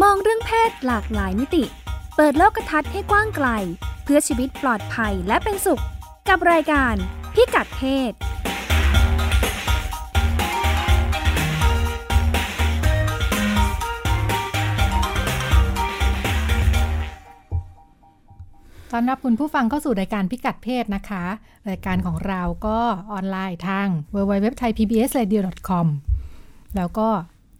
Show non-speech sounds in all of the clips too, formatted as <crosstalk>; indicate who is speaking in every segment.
Speaker 1: ศหลากหลายมิติ เปิดโลกทัศน์ให้กว้างไกล เพื่อชีวิตปลอดภัยและเป็นสุข กับรายการพิกัดเพศ
Speaker 2: ต้อนรับคุณผู้ฟังเข้าสู่รายการพิกัดเพศนะคะ รายการของเราก็ออนไลน์ทาง w w w t h a i p b s r a d i o c o m แล้วก็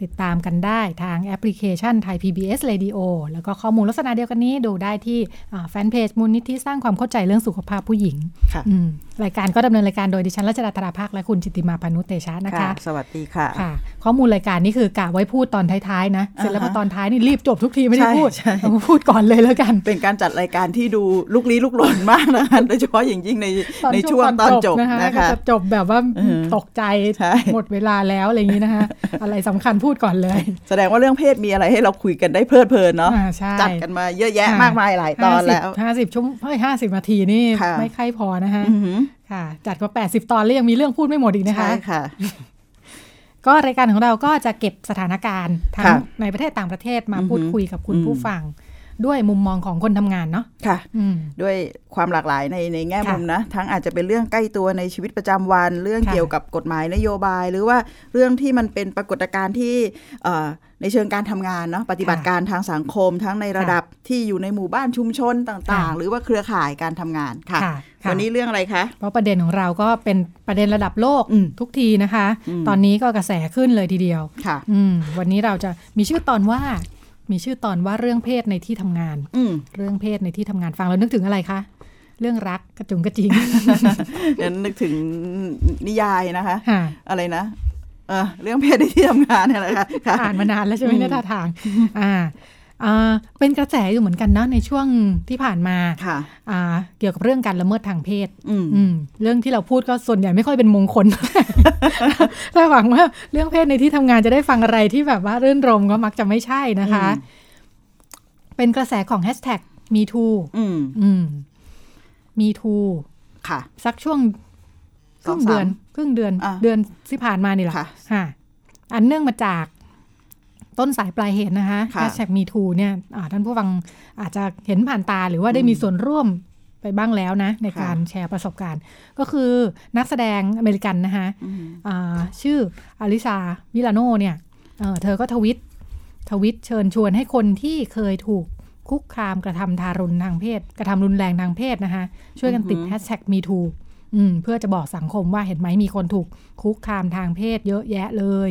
Speaker 2: ติดตามกันได้ทางแอปพลิเคชันไทย PBS Radio แล้วก็ข้อมูลลักษณะเดียวกันนี้ดูได้ที่อ่าแฟนเพจมูลนิธิสร้างความเข้าใจเรื่องสุขภาพผู้หญิง
Speaker 3: ค่ะ
Speaker 2: อืมรายการก็ดำเนินรายการโดยดิฉันรัชดาธราภาคและคุณจิตติมาพานุเตชะนะคะ
Speaker 3: ค่ะ สวัสดีค่ะ
Speaker 2: ค่ะ ข้อมูลรายการนี่คือกะไว้พูดตอนท้ายๆนะ เสร็จแล้วพอ
Speaker 3: อ่าฮะ
Speaker 2: ตอนท้ายนี่รีบจบทุกทีไม่ได้
Speaker 3: ใช่
Speaker 2: พูด
Speaker 3: ใช่
Speaker 2: เอามาพูดก่อนเลยแล้วกัน
Speaker 3: เป็นการจัดรายการที่ดูลุกลี้ลุกลนมากนะคะ <laughs> โดยเฉพาะอย่างยิ่งใน
Speaker 2: ตอน
Speaker 3: ในช่วงตอนจบ
Speaker 2: นะคะ
Speaker 3: นะ
Speaker 2: ก็
Speaker 3: คะ
Speaker 2: จะจบแบบว่า
Speaker 3: อืม
Speaker 2: ตกใจ
Speaker 3: ใช่
Speaker 2: หมดเวลาแล้วอะไรอย่างนี้นะคะ อะไรสำคัญพูดก่อนเลย
Speaker 3: แสดงว่าเรื่องเพศมีอะไรให้เราคุยกันได้เพลิดเพลินเนาะ
Speaker 2: อ่าใช่
Speaker 3: จัดกันมาเยอะแยะมากมายหลายตอนแล้ว
Speaker 2: ห้าสิบชั่วโมงเฮ้ยห้าสิบนาทีนี่
Speaker 3: ค่ะ
Speaker 2: ไม่ค่อยพอนะคะ
Speaker 3: อือหือ
Speaker 2: ค่ะ จัดมาแปดสิบตอนแล้วยังมีเรื่องพูดไม่หมดอีกนะคะ
Speaker 3: ใช่ค่ะ
Speaker 2: ก็รายการของเราก็จะเก็บสถานการณ์ทั้ง
Speaker 3: ค่ะ
Speaker 2: ในประเทศต่างประเทศมา
Speaker 3: อือหือ
Speaker 2: พูดคุยกับคุณ
Speaker 3: อืม
Speaker 2: ผู้ฟัง ด้วยมุมมองของคนทำงานเนาะ
Speaker 3: ค่ะ
Speaker 2: อืม
Speaker 3: ด้วยความหลากหลายในในแง่
Speaker 2: ค่ะ
Speaker 3: มุมนะ ทั้งอาจจะเป็นเรื่องใกล้ตัวในชีวิตประจำวัน เรื่อง
Speaker 2: ค่ะ
Speaker 3: เกี่ยวกับกฎหมายนโยบาย หรือว่าเรื่องที่มันเป็นปรากฏการณ์ที่เอ่อในเชิงการทำงานเนาะปฏิบัติการทางสังคม ทั้งในระดับที่อยู่ในหมู่บ้านชุมชนต่าง
Speaker 2: ค่ะ
Speaker 3: ๆ หรือว่าเครือข่ายการทำงานค่ะ
Speaker 2: ค่ะค่ะ
Speaker 3: วันนี้เรื่องอะไรคะ
Speaker 2: เพราะประเด็นของเราก็เป็นประเด็นระดับโลก
Speaker 3: อืม
Speaker 2: ทุกทีนะคะ
Speaker 3: อืม
Speaker 2: ตอนนี้ก็กระแสขึ้นเลยทีเดียว
Speaker 3: ค่ะ
Speaker 2: อืม วันนี้เราจะมีชื่อตอนว่า มีชื่อตอนว่าเรื่องเพศในที่ทำงาน
Speaker 3: อืม
Speaker 2: เรื่องเพศในที่ทำงานฟังแล้วนึกถึงอะไรคะ เรื่องรักกระจุงกระจิง <laughs>
Speaker 3: เดี๋ยวนึกถึงนิยายนะคะ
Speaker 2: ค่ะ
Speaker 3: อะไรนะเออเรื่องเพศในที่ทำงานเนี่ยนะคะค่ะ
Speaker 2: อ่านมานานแล้วใช่ไหม
Speaker 3: อืม
Speaker 2: เนี่ยท่าทาง อ่าอ่า เป็นกระแสอยู่เหมือนกันนะในช่วงที่ผ่านมา
Speaker 3: ค่ะ
Speaker 2: อ่า เกี่ยวกับเรื่องการละเมิดทางเพศ
Speaker 3: อืม
Speaker 2: อืมเรื่องที่เราพูดก็ส่วนใหญ่ไม่ค่อยเป็นมงคล
Speaker 3: <laughs>
Speaker 2: <laughs> ถ้าหวังว่าเรื่องเพศในที่ทำงานจะได้ฟังอะไรที่แบบว่ารื่นรมก็มักจะไม่ใช่นะคะ
Speaker 3: อืม
Speaker 2: เป็นกระแสของแฮชแท็กมีทู
Speaker 3: อืม
Speaker 2: อืมมีทู
Speaker 3: ค่ะ
Speaker 2: สักช่วงค
Speaker 3: สอ
Speaker 2: รึ่
Speaker 3: ง
Speaker 2: งเดือน
Speaker 3: สาม
Speaker 2: ครึ่งเดือน
Speaker 3: อ่ะ
Speaker 2: เดือนที่ผ่านมานี่แหละ
Speaker 3: ค่ะ
Speaker 2: ค่ะ อันเนื่องมาจากต้นสายปลายเหตุนะคะ
Speaker 3: ค่ะ
Speaker 2: แฮชแท็กมีทูเนี่ยอ่าท่านผู้ฟังอาจจะเห็นผ่านตาหรือว่าได้มีส่วนร่วมไปบ้างแล้วนะ ใน
Speaker 3: ค่ะ
Speaker 2: การแชร์ประสบการณ์ ก็คือนักแสดงอเมริกันนะคะ
Speaker 3: อืม
Speaker 2: อ่าชื่ออลิซามิลาโนเนี่ยเอ่อเธอก็ทวิต ทวิตเชิญชวนให้คนที่เคยถูกคุกคามกระทำทารุณทางเพศ กระทำรุนแรงทางเพศนะคะ ช่วยกันติดแฮชแท็กมีทูเพื่อจะบอกสังคมว่าเห็นไหมมีคนถูกคุกคามทางเพศเยอะแยะเลย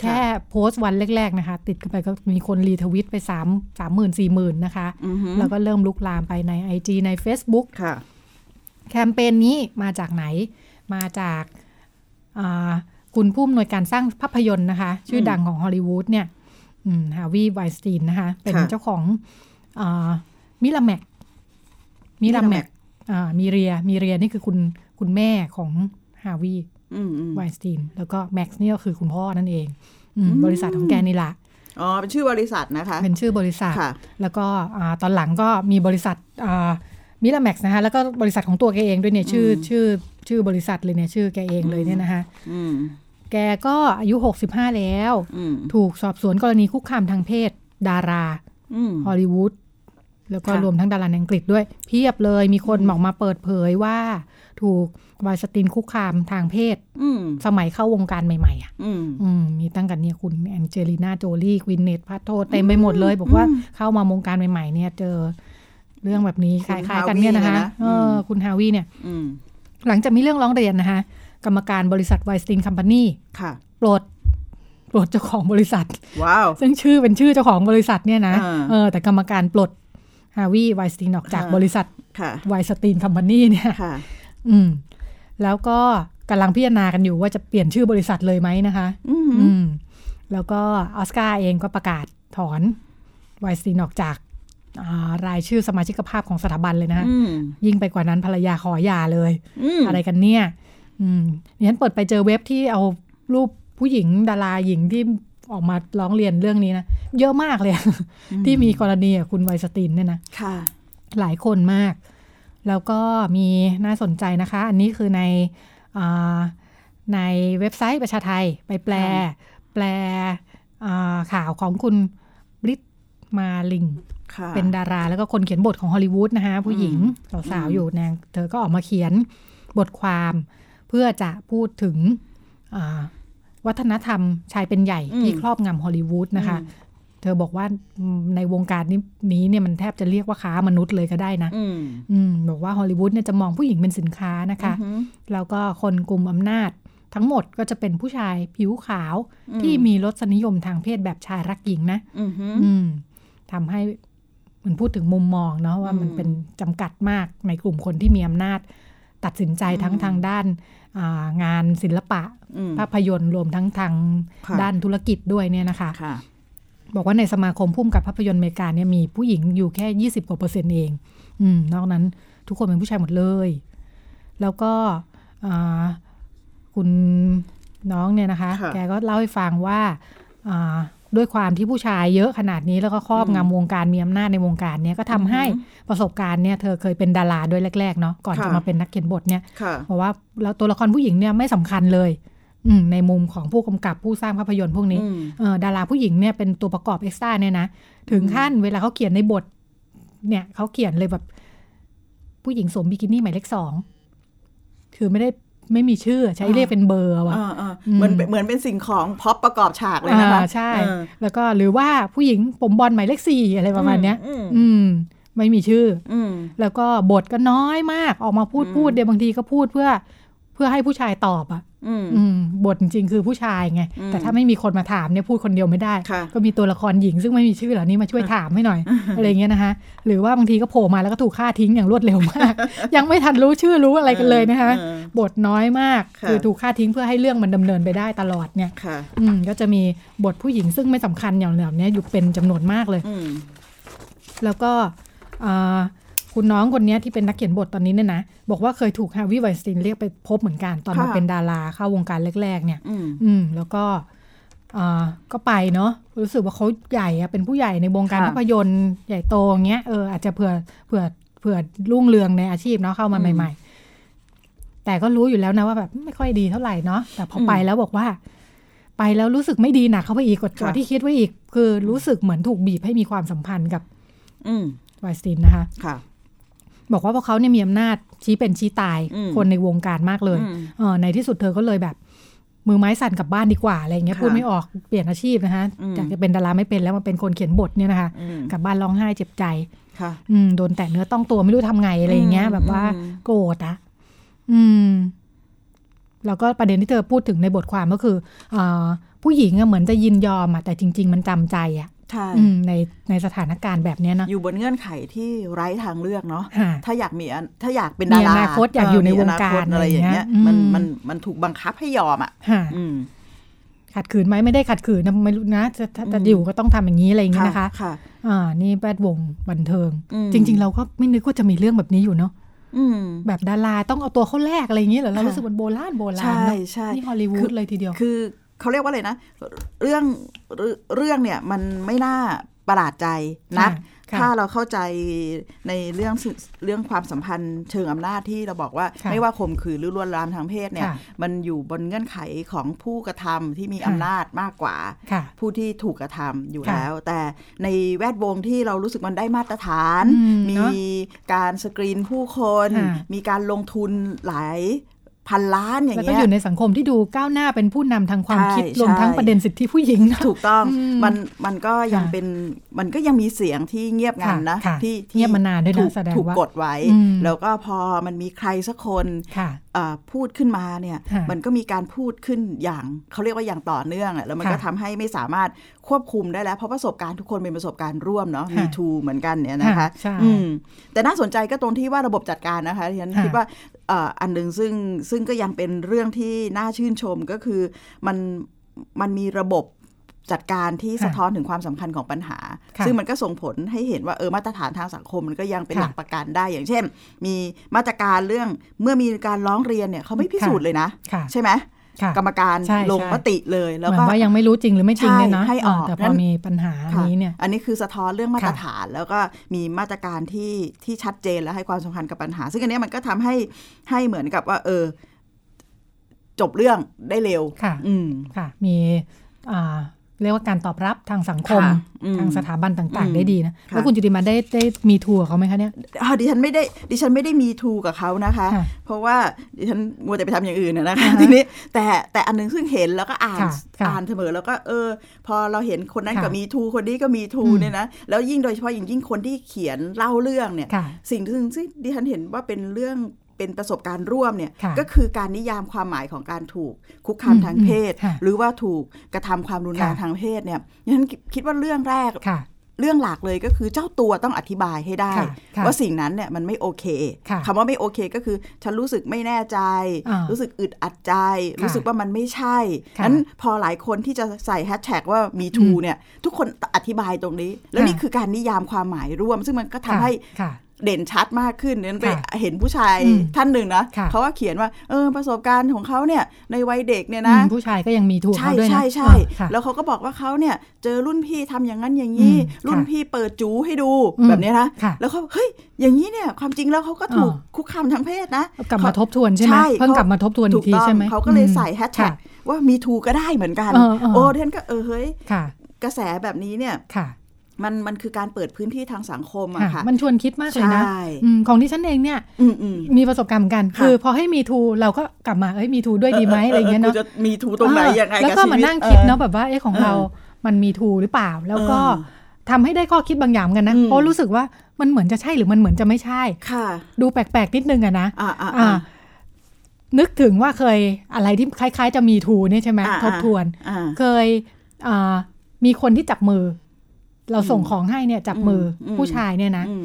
Speaker 2: แค่โพสต์วันแรก ๆ นะคะ ติดกันไปก็มีคนรีทวิตไปสามสามหมื่นสี่หมื่นนะคะ
Speaker 3: อือหือ
Speaker 2: แล้วก็เริ่มลุกลามไปใน IG ใน Facebook
Speaker 3: ค่ะ
Speaker 2: แคมเปญนี้มาจากไหน มาจากอ่าคุณผู้อำนวยการสร้างภาพยนตร์นะคะ ชื่อดังของฮอลลีวูดเนี่ยฮาวีไวสตีนนะคะ เป็น
Speaker 3: ค่ะ
Speaker 2: เจ้าของมิลาแมกมิลาแมกมิเรียมิเรียนี่คือคุณคุณแม่ของฮาวี
Speaker 3: อืมอืม
Speaker 2: ไวสตีนแล้วก็แม็กซ์นี่ก็คือคุณพ่อนั่นเองอืม
Speaker 3: อืม
Speaker 2: บริษัทของแกนี่ละ
Speaker 3: อ๋อ เป็นชื่อบริษัทนะคะ
Speaker 2: เป็นชื่อบริษัท
Speaker 3: ค่ะ
Speaker 2: แล้วก็อ่าตอนหลังก็มีบริษัทมิลาแม็กซ์นะคะ แล้วก็บริษัทของตัวแกเองด้วยเนี่ยชื่อ
Speaker 3: อืม
Speaker 2: ชื่อชื่อบริษัทเลยเนี่ยชื่อแกเองเลยเนี่ยนะคะ
Speaker 3: อืม
Speaker 2: แกก็อายุ 65 แล้ว
Speaker 3: อืม
Speaker 2: ถูกสอบสวนกรณีคุกคามทางเพศ ดารา
Speaker 3: อืม
Speaker 2: ฮอลลีวูดแล้วก็
Speaker 3: ค่ะ
Speaker 2: รวมทั้งดาราในอังกฤษด้วย เพียบเลยมีคนออกมาเปิดเผยว่า ถูกวายสตินคุกคามทางเพศ
Speaker 3: อืม
Speaker 2: สมัยเข้าวงการใหม่ๆอ่ะ
Speaker 3: อืม
Speaker 2: อืมมีตั้งกันเนี่ยคุณแอนเจลิน่าโจลี่ควินเนตพัทโทเต็มไปหมดเลย บอกว่า
Speaker 3: อืม
Speaker 2: เข้ามาวงการใหม่ๆ เนี่ยเจอเรื่องแบบนี้ค
Speaker 3: คุณ
Speaker 2: ล้ายๆกันเนี่ยนะคะ
Speaker 3: Harvey เนี่ยนะ
Speaker 2: เอออ
Speaker 3: ม
Speaker 2: คุณฮาวีเนี่ย
Speaker 3: อืม
Speaker 2: หลังจากมีเรื่องร้องเรียนนะคะกรรมการบริษัทไวสตินคัมพานี
Speaker 3: ค่ะ
Speaker 2: ปลดปลดเจ้าของบริษัท
Speaker 3: ว้าว
Speaker 2: ซึ่งชื่อเป็นชื่อเจ้าของบริษัทเนี่ยนะ
Speaker 3: อ่า
Speaker 2: เออแต่กรรมการปลดฮาวีไวสตินออกจาก
Speaker 3: อ่า
Speaker 2: บริษัท
Speaker 3: ค่ะ
Speaker 2: ไวสตินคัมพานีเนี่ย
Speaker 3: ค่ะ
Speaker 2: อืม แล้วก็กำลังพิจารณากันอยู่ว่าจะเปลี่ยนชื่อบริษัทเลยไหมนะคะ
Speaker 3: อืม
Speaker 2: อืมแล้วก็ออสการ์เองก็ประกาศถอนไวสตีนออกจากอ่ารายชื่อสมาชิกภาพของสถาบันเลยนะฮะ
Speaker 3: อืม
Speaker 2: ยิ่งไปกว่านั้นภรรยาขอหย่าเลย
Speaker 3: อืม
Speaker 2: อะไรกันเนี่ย อืมนี่ฉันเปิดไปเจอเว็บที่เอารูปผู้หญิงดาราหญิงที่ออกมาร้องเรียนเรื่องนี้นะ เยอะมากเลย
Speaker 3: อืม
Speaker 2: ที่มีกรณีกับคุณไวสตินเนี่ยนะ
Speaker 3: ค่ะ
Speaker 2: หลายคนมาก แล้วก็มีน่าสนใจนะคะ อันนี้คือในอ่าในเว็บไซต์ประชาไทย ไปแปล
Speaker 3: ค่ะ
Speaker 2: แปลอ่าข่าวของคุณบริต มาลิง
Speaker 3: ค่ะ
Speaker 2: เป็นดาราแล้วก็คนเขียนบทของฮอลลีวูดนะคะผู้หญิงสาวๆ
Speaker 3: อืม
Speaker 2: อยู่นางเธอก็ออกมาเขียนบทความ เพื่อจะพูดถึงอ่าวัฒนธรรมชายเป็นใหญ่ที่ครอบงำฮอลลีวูดนะคะ เธอบอกว่าอืมในวงการนี้นี้เนี่ยมันแทบจะเรียกว่าค้ามนุษย์เลยก็ได้นะ
Speaker 3: อืม
Speaker 2: อืมบอกว่าฮอลลีวูดเนี่ยจะมองผู้หญิงเป็นสินค้านะคะ
Speaker 3: อืม
Speaker 2: แล้วก็คนกลุ่มอำนาจ ทั้งหมดก็จะเป็นผู้ชายผิวขาวที่มีรสนิยมทางเพศแบบชายรักหญิงนะ
Speaker 3: อืม
Speaker 2: อืมทำให้มันพูดถึงมุมมองเนาะว่ามัน
Speaker 3: อืม
Speaker 2: เป็นจำกัดมากในกลุ่มคนที่มีอำนาจ ตัดสินใจทั้ง
Speaker 3: อืม
Speaker 2: ทางด้านอ่างานศิลปะ
Speaker 3: อืม
Speaker 2: ภาพยนตร์รวมทั้งทาง
Speaker 3: ค่ะ
Speaker 2: ด้านธุรกิจด้วยเนี่ยนะคะ
Speaker 3: ค่ะ
Speaker 2: บอกว่าในสมาคมพุ่มกับภาพยนตร์อเมริกาเนี่ยมีผู้หญิงอยู่แค่ 20 กว่าเปอร์เซ็นต์เอง อืม นอกนั้นทุกคนเป็นผู้ชายหมดเลย แล้วก็อ่าคุณน้องเนี่ยนะคะ
Speaker 3: ค่ะ
Speaker 2: แกก็เล่าให้ฟังว่าอ่าด้วยความที่ผู้ชายเยอะขนาดนี้แล้วก็ครอบ
Speaker 3: อืม
Speaker 2: งำวงการมีอำนาจในวงการเนี่ยก็ทำให้
Speaker 3: อือหื
Speaker 2: ประสบการณ์เนี่ยเธอเคยเป็นดาราด้วยแรก ๆ เนาะก่อน
Speaker 3: ค่ะ
Speaker 2: จะมาเป็นนักเขียนบทเนี่ย
Speaker 3: ค่ะ
Speaker 2: เพราะว่าแล้วตัวละครผู้หญิงเนี่ยไม่สำคัญเลย อืมในมุมของผู้กำกับผู้สร้างภาพยนตร์พวกนี้
Speaker 3: อืม
Speaker 2: เอ่อดาราผู้หญิงเนี่ยเป็นตัวประกอบเอ็กซ์ตร้าเนี่ยนะถึงขั้นเวลาเขาเขียนในบท เนี่ยเขาเขียนเลยแบบ ผู้หญิงสวมบิกินี่หมายเลขสองคือไม่ได้ไม่มีชื่อใช้
Speaker 3: อ่า
Speaker 2: เรียกเป็นเบอร์ว่ะ
Speaker 3: อ่าอ่า
Speaker 2: อืม
Speaker 3: เหมือนเป็นเหมือนเป็นสิ่งของพ็อปประกอบฉากเลยนะคะ
Speaker 2: อ่าใช่
Speaker 3: เออ
Speaker 2: แล้วก็หรือว่าผู้หญิงผมบอลหมายเลขสี่อะไรประมาณเนี้ย
Speaker 3: อืม
Speaker 2: อืม ไม่มีชื่อ
Speaker 3: อืม
Speaker 2: แล้วก็บทก็น้อยมากออกมาพูด
Speaker 3: อืม
Speaker 2: พูดเดี๋ยวบางทีก็พูดเพื่อ เพื่อให้ผู้ชายตอบอ่ะ
Speaker 3: อืม
Speaker 2: อืมบทจริงๆคือผู้ชายไง
Speaker 3: อืม
Speaker 2: แต่ถ้าไม่มีคนมาถามเนี่ยพูดคนเดียวไม่ได้
Speaker 3: ค่ะ
Speaker 2: ก็มีตัวละครหญิงซึ่งไม่มีชื่อเหล่านี้มาช่วยถามให้หน่อย อะไรเงี้ยนะคะหรือว่าบางทีก็โผล่มาแล้วก็ถูกฆ่าทิ้งอย่างรวดเร็วมาก
Speaker 3: <laughs>
Speaker 2: ยังไม่ทันรู้ชื่อรู้อะไรกันเลยนะคะ
Speaker 3: เออบ
Speaker 2: ทน้อยมาก
Speaker 3: ค่ะ
Speaker 2: คือถูกฆ่าทิ้งเพื่อให้เรื่องมันดำเนินไปได้ตลอดเนี่ย
Speaker 3: ค่ะ
Speaker 2: อืมก็จะมีบทผู้หญิงซึ่งไม่สำคัญอย่างเหล่านี้อยู่เป็นจำนวนมากเลย
Speaker 3: อืม
Speaker 2: แล้วก็อ่าคุณน้องคนเนี้ยที่เป็นนักเขียนบทตอนนี้เนี่ยนะ บอกว่าเคยถูกฮาวิไวน์สตีนเรียกไปพบเหมือนกันตอนมา
Speaker 3: ค่ะ
Speaker 2: เป็นดาราเข้าวงการแรกๆเนี่ย
Speaker 3: อืม
Speaker 2: อืม แล้วก็อ่าก็ไปเนาะรู้สึกว่าเขาใหญ่อะเป็นผู้ใหญ่ในวงการ
Speaker 3: ค่ะ
Speaker 2: ภาพยนตร์ใหญ่โตอย่างเงี้ยเอออาจจะเผื่อเผื่อเผื่อรุ่งเรืองในอาชีพเนาะเข้ามา
Speaker 3: อืม
Speaker 2: ใหม่ ๆ แต่ก็รู้อยู่แล้วนะว่าแบบไม่ค่อยดีเท่าไหร่เนาะแต่พออ
Speaker 3: ม
Speaker 2: ไปแล้วบอกว่า ไปแล้วรู้สึกไม่ดีหนักเข้าไปอีกก
Speaker 3: ค่ะ
Speaker 2: ว่าที่คิดไว้อีก คือรู้สึกเหมือนถูกบีบให้มีความสัมพันธ์กับ
Speaker 3: อืม
Speaker 2: ไวน์สตีนนะคะ
Speaker 3: ค่ะ
Speaker 2: บอกว่าพวกเขาเนี่ยมีอำนาจชี้เป็นชี้ตาย
Speaker 3: อืม
Speaker 2: คนในวงการมากเลย
Speaker 3: อืม
Speaker 2: เออในที่สุดเธอก็เลยแบบ มือไม้สั่นกลับบ้านดีกว่าอะไรอย่างเงี้ย
Speaker 3: ค่ะ
Speaker 2: พูดไม่ออกเปลี่ยนอาชีพนะคะ
Speaker 3: อืม
Speaker 2: จากจะเป็นดาราไม่เป็นแล้วมาเป็นคนเขียนบทเนี่ยนะคะ
Speaker 3: อืม
Speaker 2: กลับบ้านร้องไห้เจ็บใจ
Speaker 3: ค่ะ
Speaker 2: อืมโดนแตะเนื้อต้องตัวไม่รู้ทำไงอะไรอย่างเงี้ย
Speaker 3: อืม
Speaker 2: แบบว่า
Speaker 3: อืม
Speaker 2: โกรธอะอืม แล้วก็ประเด็นที่เธอพูดถึงในบทความก็คือเออผู้หญิงอะเหมือนจะยินยอมอะแต่จริง ๆ มันจำใจอะ
Speaker 3: ใช่
Speaker 2: อืมในในสถานการณ์แบบเนี้ยเนอะ
Speaker 3: อยู่บนเงื่อนไขที่ไร้ทางเลือกเนาะ
Speaker 2: ค่ะ
Speaker 3: ถ้าอยากมีอันถ้าอยากเป็นดารา
Speaker 2: มีอนาคตอยากอยู่ในวงการ
Speaker 3: มีอนคตอะไรอย่างเงี้ย
Speaker 2: อะไรอย่างเงี้ย
Speaker 3: มัน
Speaker 2: อืม
Speaker 3: มันมันถูกบังคับให้ยอมอ่ะ
Speaker 2: ค่ะ
Speaker 3: อืม
Speaker 2: ขัดขืนไหมไม่ได้ขัดขืนนะไม่รู้นะจะจะจะ
Speaker 3: อืม
Speaker 2: อยู่ก็ต้องทำอย่างนี้อะไรอย่างเงี้ยนะคะ
Speaker 3: ค่ะ
Speaker 2: อ่า นี่แวดวงบันเทิง
Speaker 3: อืม
Speaker 2: จริง ๆ เราก็ไม่นึกว่าจะมีเรื่องแบบนี้อยู่เนาะ
Speaker 3: อืม
Speaker 2: แบบดาราต้องเอาตัวเข้าแลกอะไรอย่างเงี้ยเหรอ เรา
Speaker 3: ค่ะ
Speaker 2: รู้สึกมันโบราณโบราณ
Speaker 3: ใช่
Speaker 2: เนอะ
Speaker 3: ใช่
Speaker 2: นี่ฮอลลีวู
Speaker 3: คื
Speaker 2: ด
Speaker 3: อ
Speaker 2: เลยทีเดียว
Speaker 3: คือเขาเรียกว่าอะไรนะ เรื่องเรื่องเรื่องเนี่ยมันไม่น่าประหลาดใจนัก
Speaker 2: ค่ะ
Speaker 3: ถ้าเราเข้าใจในเรื่องสื่อเรื่องความสัมพันธ์เชิงอำนาจที่เราบอกว่า
Speaker 2: ค่ะ
Speaker 3: ไม่ว่าข่มขืนหรือลวนลามทางเพศเนี่ย
Speaker 2: ค่ะ
Speaker 3: มันอยู่บนเงื่อนไขของผู้กระทำที่มี
Speaker 2: ค่ะ
Speaker 3: อำนาจมากกว่า
Speaker 2: ค่ะ
Speaker 3: ผู้ที่ถูกกระทำอยู่
Speaker 2: ค่ะ
Speaker 3: แล้ว แต่ในแวดวงที่เรารู้สึกมันได้มาตรฐาน
Speaker 2: อืม
Speaker 3: มี
Speaker 2: เนอะ
Speaker 3: การสกรีนผู้คน
Speaker 2: ค่ะ
Speaker 3: มีการลงทุนหลายพันล้านอย่าง
Speaker 2: แล้วก็
Speaker 3: เงี้
Speaker 2: อย ยู่ในสังคมที่ดูก้าวหน้าเป็นผู้นำทางความ
Speaker 3: ใช่
Speaker 2: คิดรวมทั้ง
Speaker 3: ใช่
Speaker 2: ประเด็นสิทธิผู้หญิงเนอะ
Speaker 3: <laughs> ถูกต้อง
Speaker 2: อืม
Speaker 3: มันมันก็ยัง
Speaker 2: ค่ะ
Speaker 3: เป็นมันก็ยังมีเสียงที่เงียบงันนะ
Speaker 2: ค่ะค่ะ
Speaker 3: ที่ที่
Speaker 2: เงียบมานานด้วยนะ
Speaker 3: ถูก
Speaker 2: แสดง
Speaker 3: ถูก
Speaker 2: ว่าก
Speaker 3: ดไว้
Speaker 2: อืม
Speaker 3: แล้วก็พอมันมีใครสักคน
Speaker 2: ค่ะ
Speaker 3: เอ่อพูดขึ้นมาเนี่ย
Speaker 2: ค่ะ
Speaker 3: มันก็มีการพูดขึ้นอย่างเขาเรียกว่าอย่างต่อเนื่องอะแล้วมัน
Speaker 2: ค่ะ
Speaker 3: ก็ทำให้ไม่สามารถควบคุมได้แล้ว เพราะประสบการณ์ทุกคนเป็นประสบการณ์ร่วมเนาะ
Speaker 2: ค่ะ
Speaker 3: มีทูเหมือนกันเนี่ยนะ
Speaker 2: ค่ะ
Speaker 3: คะ
Speaker 2: ใช่
Speaker 3: อืมแต่น่าสนใจก็ตรงที่ว่าระบบจัดการนะคะที่ฉัน
Speaker 2: ค่ะ
Speaker 3: คิดว่าเอ่ออันหนึ่งซึ่งซึ่งก็ยังเป็นเรื่องที่น่าชื่นชมก็คือมันมันมีระบบจัดการที่
Speaker 2: ค่ะ
Speaker 3: สะท้อนถึงความสำคัญของปัญหา
Speaker 2: ค่ะ
Speaker 3: ซึ่งมันก็ส่งผลให้เห็นว่าเออมาตรฐานทางสังคมมันก็ยังเป็น
Speaker 2: ค่ะ
Speaker 3: หลักประกันได้อย่างเช่น มีมาตรการเรื่องเมื่อมีการร้องเรียนเนี่ยเขาไม่พิสูจ
Speaker 2: ค่ะ
Speaker 3: น์เลยนะ
Speaker 2: ค่ะ
Speaker 3: ใช่ไหม
Speaker 2: ค่ะ
Speaker 3: กรรมการ
Speaker 2: ใช่
Speaker 3: ลง
Speaker 2: ใช่
Speaker 3: มติเลย
Speaker 2: เห
Speaker 3: แล้ว
Speaker 2: มือ
Speaker 3: ก็
Speaker 2: นว่ายังไม่รู้จริงหรือไม่จริงเนี่ยเนอะ
Speaker 3: ใช่ให้ออก
Speaker 2: เแต่พ
Speaker 3: นั่
Speaker 2: อน มีปัญหา
Speaker 3: ค่ะ
Speaker 2: นี้เนี่ย
Speaker 3: อันนี้คือสะท้อนเรื่องมาตร
Speaker 2: ค่ะ
Speaker 3: ฐาน แล้วก็มีมาตรการที่ที่ชัดเจนและให้ความสำคัญกับปัญหา ซึ่งอันเนี้ยมันก็ทำให้ให้เหมือนกับว่า เออ จบเรื่องได้เร็ว
Speaker 2: ค่ะ
Speaker 3: อืม
Speaker 2: ค่ะ มีอ่า เรียกว่าการตอบรับทางสังคม
Speaker 3: ค่ะอืม
Speaker 2: ทางสถาบันต่าง
Speaker 3: อืม
Speaker 2: ๆ ได้ดีนะ
Speaker 3: ค่ะ
Speaker 2: แล้วคุณจุติมาได้ได้มีทัวร์เขาไหมคะเนี่ย
Speaker 3: อ่าดิฉันไม่ได้ดิฉันไม่ได้มีทูกับเขานะคะ
Speaker 2: ค่ะ
Speaker 3: เพราะว่าดิฉันมัวแต่ไปทำอย่างอื่นนะนะคะ
Speaker 2: อ่าฮะ
Speaker 3: ทีนี้แต่แต่อันหนึงซึ่งเห็นแล้วก็อ่าน
Speaker 2: ค่ะค่ะ
Speaker 3: อ่านเสมอแล้วก็เออ พอเราเห็นคนนั้น
Speaker 2: ค่ะ
Speaker 3: ก็มีทูคนนี้ก็มีทู
Speaker 2: อืม
Speaker 3: เนี่ยนะแล้วยิ่งโดยเฉพาะอย่างยิ่งคนที่เขียนเล่าเรื่องเนี่ย
Speaker 2: ค่ะ
Speaker 3: สิ่งที่ซึ่งดิฉันเห็นว่าเป็นเรื่องเป็นประสบการณ์ร่วมเนี่ย
Speaker 2: ค่ะ
Speaker 3: ก็คือการนิยามความหมายของการถูกคุกคาม
Speaker 2: อืม
Speaker 3: ทางเพศ
Speaker 2: ค่ะ
Speaker 3: หรือว่าถูกกระทำความรุนแรง
Speaker 2: ค่ะ
Speaker 3: ทางเพศเนี่ยดิฉันคิดว่าเรื่องแรก
Speaker 2: ค่ะ
Speaker 3: เรื่องหลักเลยก็คือเจ้าตัวต้องอธิบายให้ได้
Speaker 2: ค่ะค่ะ
Speaker 3: ว่าสิ่งนั้นเนี่ยมันไม่โอเค
Speaker 2: ค่ะ
Speaker 3: คำว่าไม่โอเคก็คือฉันรู้สึกไม่แน่ใจ
Speaker 2: อ่ารู้
Speaker 3: รู้สึกอึดอัดใจ รู้สึกว่ามันไม่ใช่
Speaker 2: ค่ะ
Speaker 3: นั้นพอหลายคนที่จะใส่แฮชแท็กว่ามีทู
Speaker 2: อืม
Speaker 3: เนี่ยทุกคนอธิบายตรงนี้ แล้ว
Speaker 2: ค่ะ
Speaker 3: นี่คือการนิยามความหมายร่วม ซึ่งมันก็ทำให้
Speaker 2: ค่ะ
Speaker 3: เด่นชัดมากขึ้นนั้นไป
Speaker 2: ค่ะ
Speaker 3: เห็นผู้ชาย
Speaker 2: อืม
Speaker 3: ท่านหนึ่งนะ
Speaker 2: ค่ะ
Speaker 3: เขาว่าเขียนว่าเออประสบการณ์ของเขาเนี่ยในวัยเด็กเนี่ย
Speaker 2: อื
Speaker 3: นะ
Speaker 2: มผู้ชายก็ยังมีทัวร์
Speaker 3: ใช่
Speaker 2: เขาด้วยนะ
Speaker 3: ใช่ใช่
Speaker 2: ค่ะ
Speaker 3: แล้วเขาก็บอกว่าเขาเนี่ยเจอรุ่นพี่ทำอย่างนั้นอย่างนี้
Speaker 2: อืมค่ะ
Speaker 3: รุ่นพี่เปิดจูให้ดู
Speaker 2: อืม
Speaker 3: แบบเนี้ยนะ
Speaker 2: ค่ะ
Speaker 3: แล้วเขาเฮ้ยอย่างนี้เนี่ยความจริงแล้วเขาก็ถูก
Speaker 2: อ่า
Speaker 3: คุกคามทางเพศนะ
Speaker 2: กลับมาทบทวนใช่ไหม
Speaker 3: ใช่
Speaker 2: เพิ่ง
Speaker 3: เขา
Speaker 2: กลับมาทบทวนอี
Speaker 3: ถู
Speaker 2: ก
Speaker 3: ก
Speaker 2: ที
Speaker 3: ต้อง
Speaker 2: ใช่ไหม
Speaker 3: เขาก็เลย
Speaker 2: อืม
Speaker 3: ใส่แฮชแท็
Speaker 2: ค่ะ
Speaker 3: กว่ามีทูก็ได้เหมือนกัน
Speaker 2: เออเออ
Speaker 3: โอ้เทนก็เออเฮ้ย
Speaker 2: ค่ะ
Speaker 3: กระแสแบบนี้เนี่ย
Speaker 2: ค่ะ
Speaker 3: มันมันคือการเปิดพื้นที่ทางสังคม
Speaker 2: ค่ะ
Speaker 3: อะค่ะ
Speaker 2: มันชวนคิดมากเลยนะ
Speaker 3: ใช่
Speaker 2: อืมของที่ฉันเองเนี่ย
Speaker 3: อืมอืม
Speaker 2: มีประสบการณ์เหมือนกัน
Speaker 3: ค่ะ
Speaker 2: คือพอให้มีทูเราก็กลับมาเอ้ยมีทูด้วยดีไหมอะไรอย่างเงี้ยเนาะ
Speaker 3: กูจมีทูตรงไหนยังไง
Speaker 2: แล้ว
Speaker 3: บ
Speaker 2: ก็
Speaker 3: ชี
Speaker 2: มา
Speaker 3: ต
Speaker 2: นั่งคิดเนาะ
Speaker 3: ออ
Speaker 2: แบบว่าเอ้ของ
Speaker 3: เออ
Speaker 2: เรา มันมีทูหรือเปล่า แล้วก็
Speaker 3: เออ
Speaker 2: ทำให้ได้ข้อคิดบางอย่างเหมือนกันนะ
Speaker 3: อืม
Speaker 2: เพราะรู้สึกว่ามันเหมือนจะใช่หรือมันเหมือนจะไม่ใช่
Speaker 3: ค่ะ
Speaker 2: ดูแปลกๆนิดนึงอะนะ
Speaker 3: อ่าอ่า
Speaker 2: อ่า
Speaker 3: อ่า
Speaker 2: นึกถึงว่าเคยอะไรที่คล้ายๆ จะมีทูเนี่ยใช่ไหม
Speaker 3: อ่า
Speaker 2: ทบทวน
Speaker 3: อ่า
Speaker 2: เคยอ่ามีคนที่จับมือ เราส่งของให้เนี่ยจับมืออ
Speaker 3: ม
Speaker 2: ผู้ชายเนี่ยนะ
Speaker 3: อืม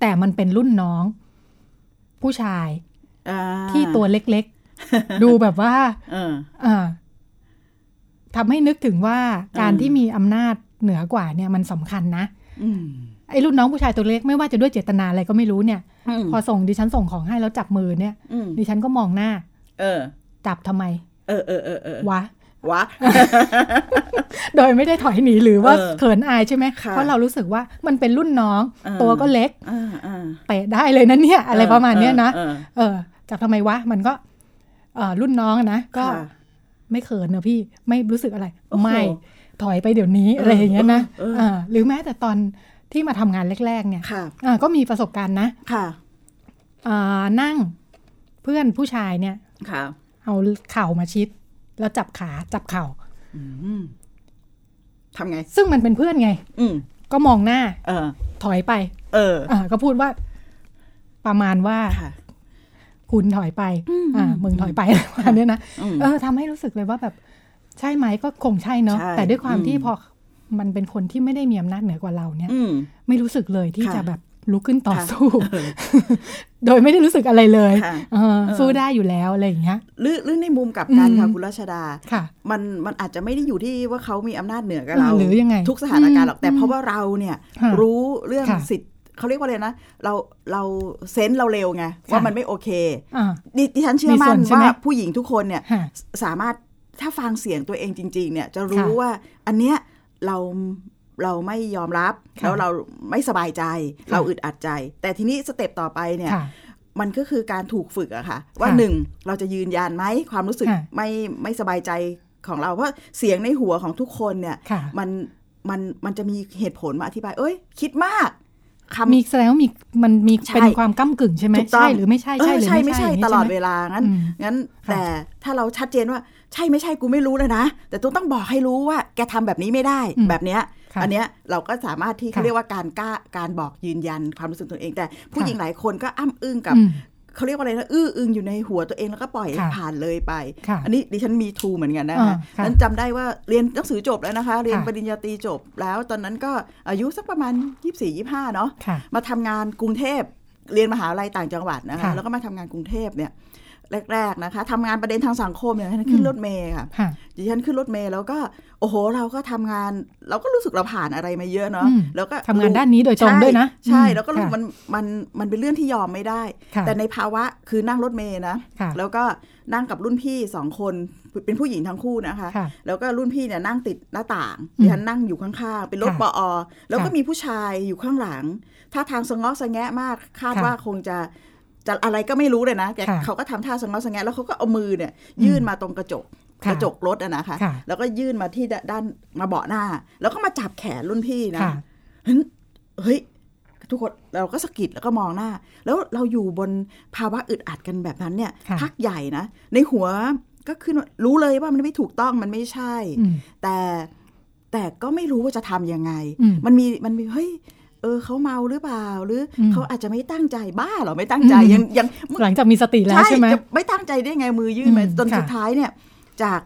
Speaker 2: แต่มันเป็นรุ่นน้อง ผู้ชาย
Speaker 3: อ่า
Speaker 2: ที่ตัวเล็กๆ ดูแบบว่า
Speaker 3: เออ
Speaker 2: อ่าทำให้นึกถึงว่าการ
Speaker 3: อืม
Speaker 2: ที่มีอำนาจเหนือกว่าเนี่ยมันสำคัญนะ
Speaker 3: อืม
Speaker 2: ไอ้รุ่นน้องผู้ชายตัวเล็กไม่ว่าจะด้วยเจตนาอะไรก็ไม่รู้เนี่ย
Speaker 3: อืม
Speaker 2: พอส่งดิฉันส่งของให้แล้วจับมือเนี่ย
Speaker 3: อืม
Speaker 2: ดิฉันก็มองหน้า
Speaker 3: เออ
Speaker 2: จับทำไม
Speaker 3: เออเออเออเออ
Speaker 2: วะ
Speaker 3: วะ
Speaker 2: โดยไม่ได้ถอยหนีหรือว่า
Speaker 3: เออ
Speaker 2: เขินอายใช่ไหม
Speaker 3: ค่ะ
Speaker 2: เพราะเรารู้สึกว่ามันเป็นรุ่นน้อง
Speaker 3: เออ
Speaker 2: ตัวก็เล็ก
Speaker 3: อ่าอ่า
Speaker 2: เตะได้เลยนะเนี่ย อะไรประมาณเนี้ยนะ
Speaker 3: เออ
Speaker 2: เออจับทำไมวะ มันก็ เออรุ่นน้องนะ
Speaker 3: เออ
Speaker 2: ก็
Speaker 3: ค่ะ
Speaker 2: ไม่เขินนะพี่ไม่รู้สึกอะไร
Speaker 3: โอ้โห
Speaker 2: ไม่ถอยไปเดี๋ยวนี้
Speaker 3: เอออ
Speaker 2: อะไรอย่างเงี้ยนะ
Speaker 3: เออเออ
Speaker 2: เออหรือแม้แต่ตอนที่มาทำงานแรก ๆ เนี่ย
Speaker 3: ค่ะ
Speaker 2: อ่าก็มีประสบการณ์นะ
Speaker 3: ค่ะ
Speaker 2: อ่านั่งเพื่อนผู้ชายเนี่ย
Speaker 3: ค่ะ
Speaker 2: เอาเข่ามาชิด แล้วจับขาจับเข่า
Speaker 3: อืมทำไง
Speaker 2: ซึ่งมันเป็นเพื่อนไง
Speaker 3: อืม
Speaker 2: ก็มองหน้า
Speaker 3: เออ
Speaker 2: ถอยไป
Speaker 3: เออ
Speaker 2: อ่าก็พูดว่า ประมาณว่า
Speaker 3: ค่ะ
Speaker 2: คุณถอยไป
Speaker 3: อืม
Speaker 2: อ่า
Speaker 3: อืม
Speaker 2: มึงถอยไปอะไรประมาณเนี้ยนะ
Speaker 3: อืม
Speaker 2: เออทำให้รู้สึกเลยว่าแบบ ใช่ไหมก็คงใช่เนาะ
Speaker 3: ใช่
Speaker 2: แต่ด้วยความ
Speaker 3: อืม
Speaker 2: ที่พอมันเป็นคนที่ไม่ได้มีอำนาจเหนือกว่าเราเนี่ย
Speaker 3: อืม
Speaker 2: ไม่รู้สึกเลยที่
Speaker 3: ค่ะ
Speaker 2: จะแบบลุกขึ้นต่อ
Speaker 3: ค่ะ
Speaker 2: สู้ โดยไม่ได้รู้สึกอะไรเลย
Speaker 3: ค่ะ
Speaker 2: เออ
Speaker 3: เออ
Speaker 2: สู้ได้อยู่แล้วอะไรอย่างเงี้ย
Speaker 3: หรือหรือในมุมกลับกัน
Speaker 2: อืม
Speaker 3: ค่ะคุณรัชดา
Speaker 2: ค่ะ
Speaker 3: มันมันอาจจะไม่ได้อยู่ที่ว่าเขามีอำนาจเหนือกับ
Speaker 2: เออ
Speaker 3: เรา
Speaker 2: หรือยังไง
Speaker 3: ทุกสถานการณ์หรอกแต่
Speaker 2: อืม
Speaker 3: เพราะว่าเราเนี่ย
Speaker 2: ค่ะ
Speaker 3: รู้เรื่อง
Speaker 2: ค่ะ
Speaker 3: สิทธิ์เขาเรียกว่าอะไรนะเราเราเซนส์เราเร็วไงว่ามันไม่โอเค
Speaker 2: อ่า
Speaker 3: ดิดิฉันเชื่อ
Speaker 2: มีส่
Speaker 3: มั่
Speaker 2: วน นใช่ไหม
Speaker 3: ว่าผู้หญิงทุกคนเนี่ย
Speaker 2: ค่ะ
Speaker 3: สามารถถ้าฟังเสียงตัวเองจริง ๆ เนี่ยจะรู้
Speaker 2: ค่ะ
Speaker 3: ว่าอันเนี้ยเราเราไม่ยอมรับ
Speaker 2: ค่ะ
Speaker 3: แล้วเราไม่สบายใจ
Speaker 2: ค่ะ
Speaker 3: เราอึดอัดใจ แต่ทีนี้สเต็ปต่อไปเนี่ย
Speaker 2: ค่ะ
Speaker 3: มันก็คือการถูกฝึกอะค่ะ ว่า
Speaker 2: ค่ะ
Speaker 3: หนึ่งเราจะยืนยันไหมความรู้สึก
Speaker 2: ค่ะ
Speaker 3: ไม่ไม่สบายใจของเรา เพราะเสียงในหัวของทุกคนเนี่ย
Speaker 2: ค่ะ
Speaker 3: มันมันมันจะมีเหตุผลมาอธิบาย เอ้ย คิดมากคำ
Speaker 2: มีแสดงว่ามีมันมี
Speaker 3: ใช่
Speaker 2: เป็นความก้ากึ่งใช่ไหม
Speaker 3: ถูกต้อง
Speaker 2: ใช่หรือไม่ใช่
Speaker 3: เอ
Speaker 2: ใช่
Speaker 3: อ
Speaker 2: หรือ
Speaker 3: ใช่
Speaker 2: ไม่
Speaker 3: ไม่
Speaker 2: ใช่
Speaker 3: ใช่
Speaker 2: อย่างงี้
Speaker 3: ต
Speaker 2: ใช่
Speaker 3: ลอด
Speaker 2: ไหม
Speaker 3: เวลางั้น
Speaker 2: อืม
Speaker 3: งั้น
Speaker 2: ค่ะ
Speaker 3: แต่ถ้าเราชัดเจนว่า ใช่ไม่ใช่กูไม่รู้เลยนะ แต่ต้องต้องบอกให้รู้ว่าแกทำแบบนี้ไม่ได้แบบเนี้ย
Speaker 2: ค่ะ
Speaker 3: อันเนี้ยเราก็สามารถที่
Speaker 2: ค่ะ
Speaker 3: เขาเรียกว่าการกล้าการบอกยืนยันความรู้สึกตัวเอง แต่ผู้
Speaker 2: ค่ะ
Speaker 3: หญิงหลายคนก็อ้ำอึ้งกับ
Speaker 2: อืม
Speaker 3: เขาเรียกว่าอะไรนะอื้ออึงอยู่ในหัวตัวเองแล้วก็ปล่อย
Speaker 2: ค่ะ
Speaker 3: ผ่านเลยไป
Speaker 2: ค่ะ
Speaker 3: อันนี้ดิฉันมีทูเหมือนกันนะ
Speaker 2: อ่า
Speaker 3: คะ
Speaker 2: ค่ะ
Speaker 3: นั้นจำได้ว่าเรียนหนังสือจบแล้วนะคะ เรียน
Speaker 2: ค่ะ
Speaker 3: ปริญญาตรีจบแล้ว ตอนนั้นก็อายุสักประมาณ 24 25 เนาะ
Speaker 2: ค่ะ
Speaker 3: มาทำงานกรุงเทพเรียนมหาลัยต่างจังหวัดนะคะ
Speaker 2: ค่ะ
Speaker 3: แล้วก็มาทำงานกรุงเทพเนี่ยแรกๆนะคะทำงานประเด็นทางสังคมอย่างนั้นขึ้นรถเมย์ค่ะ
Speaker 2: ค่ะ
Speaker 3: ดิฉันขึ้นรถเมย์แล้วก็โอ้โหเราก็ทำงาน เราก็รู้สึกเราผ่านอะไรมาเยอะเนาะ
Speaker 2: อืม
Speaker 3: แล้วก็
Speaker 2: ทำงานด้านนี้โดยตรงด้วยนะ
Speaker 3: ใช่ใช่
Speaker 2: อื
Speaker 3: แล้วก็รู้
Speaker 2: ค่ะ
Speaker 3: มันมันมันเป็นเรื่องที่ยอมไม่ได้
Speaker 2: ค่ะ
Speaker 3: แต่ในภาวะคือนั่งรถเมย์นะ
Speaker 2: ค่ะ
Speaker 3: แล้วก็นั่งกับรุ่นพี่สองคนเป็นผู้หญิงทั้งคู่นะคะ
Speaker 2: ค่ะ
Speaker 3: แล้วก็รุ่นพี่เนี่ยนั่งติดหน้าต่าง
Speaker 2: อืม
Speaker 3: ดิฉันนั่งอยู่ข้างๆ เป็นรถ
Speaker 2: ค่ะ
Speaker 3: ปอ แล้วก็
Speaker 2: ค่ะ
Speaker 3: มีผู้ชายอยู่ข้างหลังท่าทางสะเงอสะแงะมาก คาด
Speaker 2: ค่ะ
Speaker 3: ว่าคงจะจะอะไรก็ไม่รู้เลยนะแก
Speaker 2: ค่ะ
Speaker 3: เขาก็ทำท่าสะเงอสะแงะแล้วเขาก็เอามือเนี่ย
Speaker 2: อืม
Speaker 3: ยื่นมาตรงกระจก
Speaker 2: ค่ะ
Speaker 3: กระจกรถอะนะคะ
Speaker 2: ค่ะ
Speaker 3: แล้วก็ยื่นมาที่ดด้านมาเบาะหน้า แล้วก็มาจับแขนรุ่นพี่นะ
Speaker 2: ค่ะ
Speaker 3: เฮ้ยเฮ้ยทุกคนเราก็สะกิดแล้วก็มองหน้า แล้วเราอยู่บนภาวะอึดอัดกันแบบนั้นเนี่ย
Speaker 2: ค่ะ
Speaker 3: พักใหญ่นะ ในหัวก็ขึ้นว่ารู้เลยว่ามันไม่ถูกต้องมันไม่ใช่
Speaker 2: อืม
Speaker 3: แต่แต่ก็ไม่รู้ว่าจะทำยังไง
Speaker 2: อืม
Speaker 3: มันมีมันมีเฮ้ยเออเขาเมาหรือเปล่าหรืออ
Speaker 2: ม
Speaker 3: เขาอาจจะไม่ตั้งใจบ้าเหรอไม่ตั้งใจ
Speaker 2: อืม
Speaker 3: ยังยัง
Speaker 2: หลังจากมีสติแล้วใช่ไหม
Speaker 3: จะไม่ตั้งใจได้ไงมือยื่นมา
Speaker 2: อืม
Speaker 3: จน
Speaker 2: ค่ะ
Speaker 3: สุดท้ายเนี่ย จาก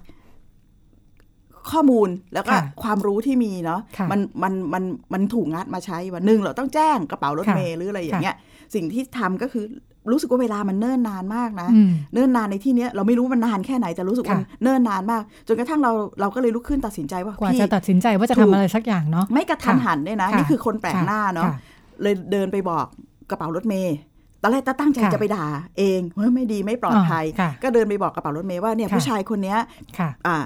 Speaker 3: ข้อมูลแล้วก็
Speaker 2: ค่ะ
Speaker 3: ความรู้ที่มีเนาะ
Speaker 2: ค่ะ
Speaker 3: มันมันมันมันถูกงัดมาใช้วันหนึ่งเราต้องแจ้งกระเป๋ารถ
Speaker 2: ค่ะ
Speaker 3: เมล์หรืออะไรอย่างเงี้ย สิ่งที่ทำก็คือรู้สึกว่าเวลามันเนิ่นนานมากนะ
Speaker 2: อืม
Speaker 3: เนิ่นนานในที่เนี้ยเราไม่รู้มันนานแค่ไหนแต่รู้สึกว่า
Speaker 2: ค่ะ
Speaker 3: มันเนิ่นนานมาก จนกระทั่งเราเราก็เลยลุกขึ้นตัดสินใจว่าก
Speaker 2: ว่า
Speaker 3: พี่
Speaker 2: จะตัดสินใจว่าจะ
Speaker 3: ถู
Speaker 2: ทำ
Speaker 3: ก
Speaker 2: อะไรสักอย่างเนาะ
Speaker 3: ไม่กระทัน
Speaker 2: ค่ะ
Speaker 3: หันด้วยนะ
Speaker 2: ค่ะ
Speaker 3: นี่คือคนแปลกหน้าเนาะ
Speaker 2: ค่
Speaker 3: เลยเดินไปบอกกระเป๋ารถเมย์ตอนแรกตาตั้งใจ
Speaker 2: ค่ะ
Speaker 3: จะไปด่า เองว่าไม่ดีไม่ปลอดภัย
Speaker 2: อ่าค่ะ
Speaker 3: ก็เดินไปบอกกระเป๋ารถเมย์ว่าเนี่ย
Speaker 2: ค่ะ
Speaker 3: ผู้ชายคนเนี้ย
Speaker 2: ค่ะ
Speaker 3: อ่า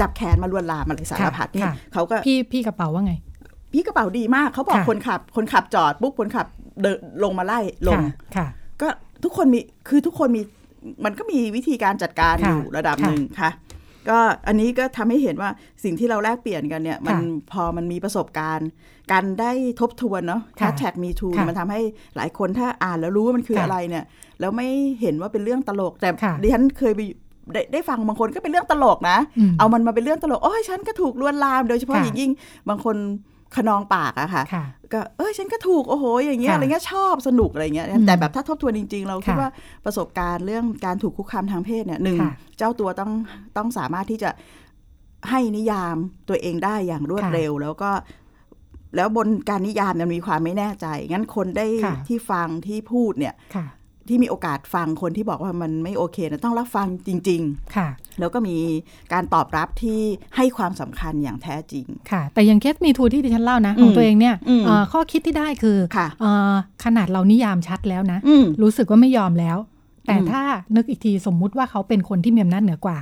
Speaker 3: จับแขนมาลวนลามอะไรสารพัดเนี่ย
Speaker 2: ค่ะ
Speaker 3: เขาก็
Speaker 2: พี่พี่กระเป๋าว่าไง
Speaker 3: พี่กระเป๋าดีมากเขาบอก
Speaker 2: ค่ะ
Speaker 3: คนขับ คนขับจอดปุ๊บคนขับเดินลงมาไล่ลง
Speaker 2: ค่ะค่ะ
Speaker 3: ก็ทุกคนมีคือทุกคนมีมันก็มีวิธีการจัดการ
Speaker 2: ค่ะ
Speaker 3: อยู่ระดับหนึ่งค่ะ ก็อันนี้ก็ทำให้เห็นว่าสิ่งที่เราแลกเปลี่ยนกันเนี่ยมันพอมันมีประสบการณ์ การได้ทบทวนเนาะแฮ
Speaker 2: ค่ะ
Speaker 3: ชแท็กมีทู
Speaker 2: ค่ะ
Speaker 3: มันทำให้หลายคนถ้าอ่านแล้วรู้ว่ามันคือ
Speaker 2: ค่ะ
Speaker 3: อะไรเนี่ย แล้วไม่เห็นว่าเป็นเรื่องตลก แต่
Speaker 2: ค่ะ
Speaker 3: ดิฉันเคยไปได้ได้ฟังบางคนก็เป็นเรื่องตลกนะ
Speaker 2: ม
Speaker 3: เอามันมาเป็นเรื่องตลกโอ้ยฉันก็ถูกลวนลามโดยเฉพาะ
Speaker 2: ค่ะ
Speaker 3: อย่างยิ่งบางคนขนองปากอะค่ะ
Speaker 2: ค่ะ
Speaker 3: ก็เออฉันก็ถูกโอ้โหอย่างเงี้ย
Speaker 2: ค่ะ
Speaker 3: อะไรเงี้ยชอบสนุกอะไรเงี้ย
Speaker 2: อืม
Speaker 3: แต่แบบถ้าทบทวนจริง ๆ เราคิด
Speaker 2: ค่ะ
Speaker 3: ว่าประสบการณ์เรื่องการถูกคุกคามทางเพศเนี่ยหนึ่ง
Speaker 2: ค่ะ
Speaker 3: เจ้าตัวต้องต้องสามารถที่จะให้นิยามตัวเองได้อย่างรวด
Speaker 2: ค่ะ
Speaker 3: เร็ว แล้วก็ แล้วบนการนิยามมันมีความไม่แน่ใจ งั้นคนได้
Speaker 2: ค่ะ
Speaker 3: ที่ฟังที่พูดเนี่ย
Speaker 2: ค่ะ
Speaker 3: ที่มีโอกาสฟังคนที่บอกว่ามันไม่โอเคนะต้องรับฟังจริง
Speaker 2: ค่ะ
Speaker 3: ๆ แล้วก็มีการตอบรับที่ให้ความสำคัญอย่างแท้จริง
Speaker 2: ค่ะ แต่อยังเคสมีทูที่ดิฉันเล่านะ
Speaker 3: อืม
Speaker 2: ของตัวเองเนี่ย
Speaker 3: อืม
Speaker 2: เอ่อข้อคิดที่ได้คือ
Speaker 3: ค่ะ
Speaker 2: เอ่อขนาดเรานิยามชัดแล้วนะ
Speaker 3: อืม
Speaker 2: รู้สึกว่าไม่ยอมแล้ว แต่
Speaker 3: อืม
Speaker 2: ถ้านึกอีกทีสมมุติว่าเขาเป็นคนที่มีอำนาจเหนือกว่า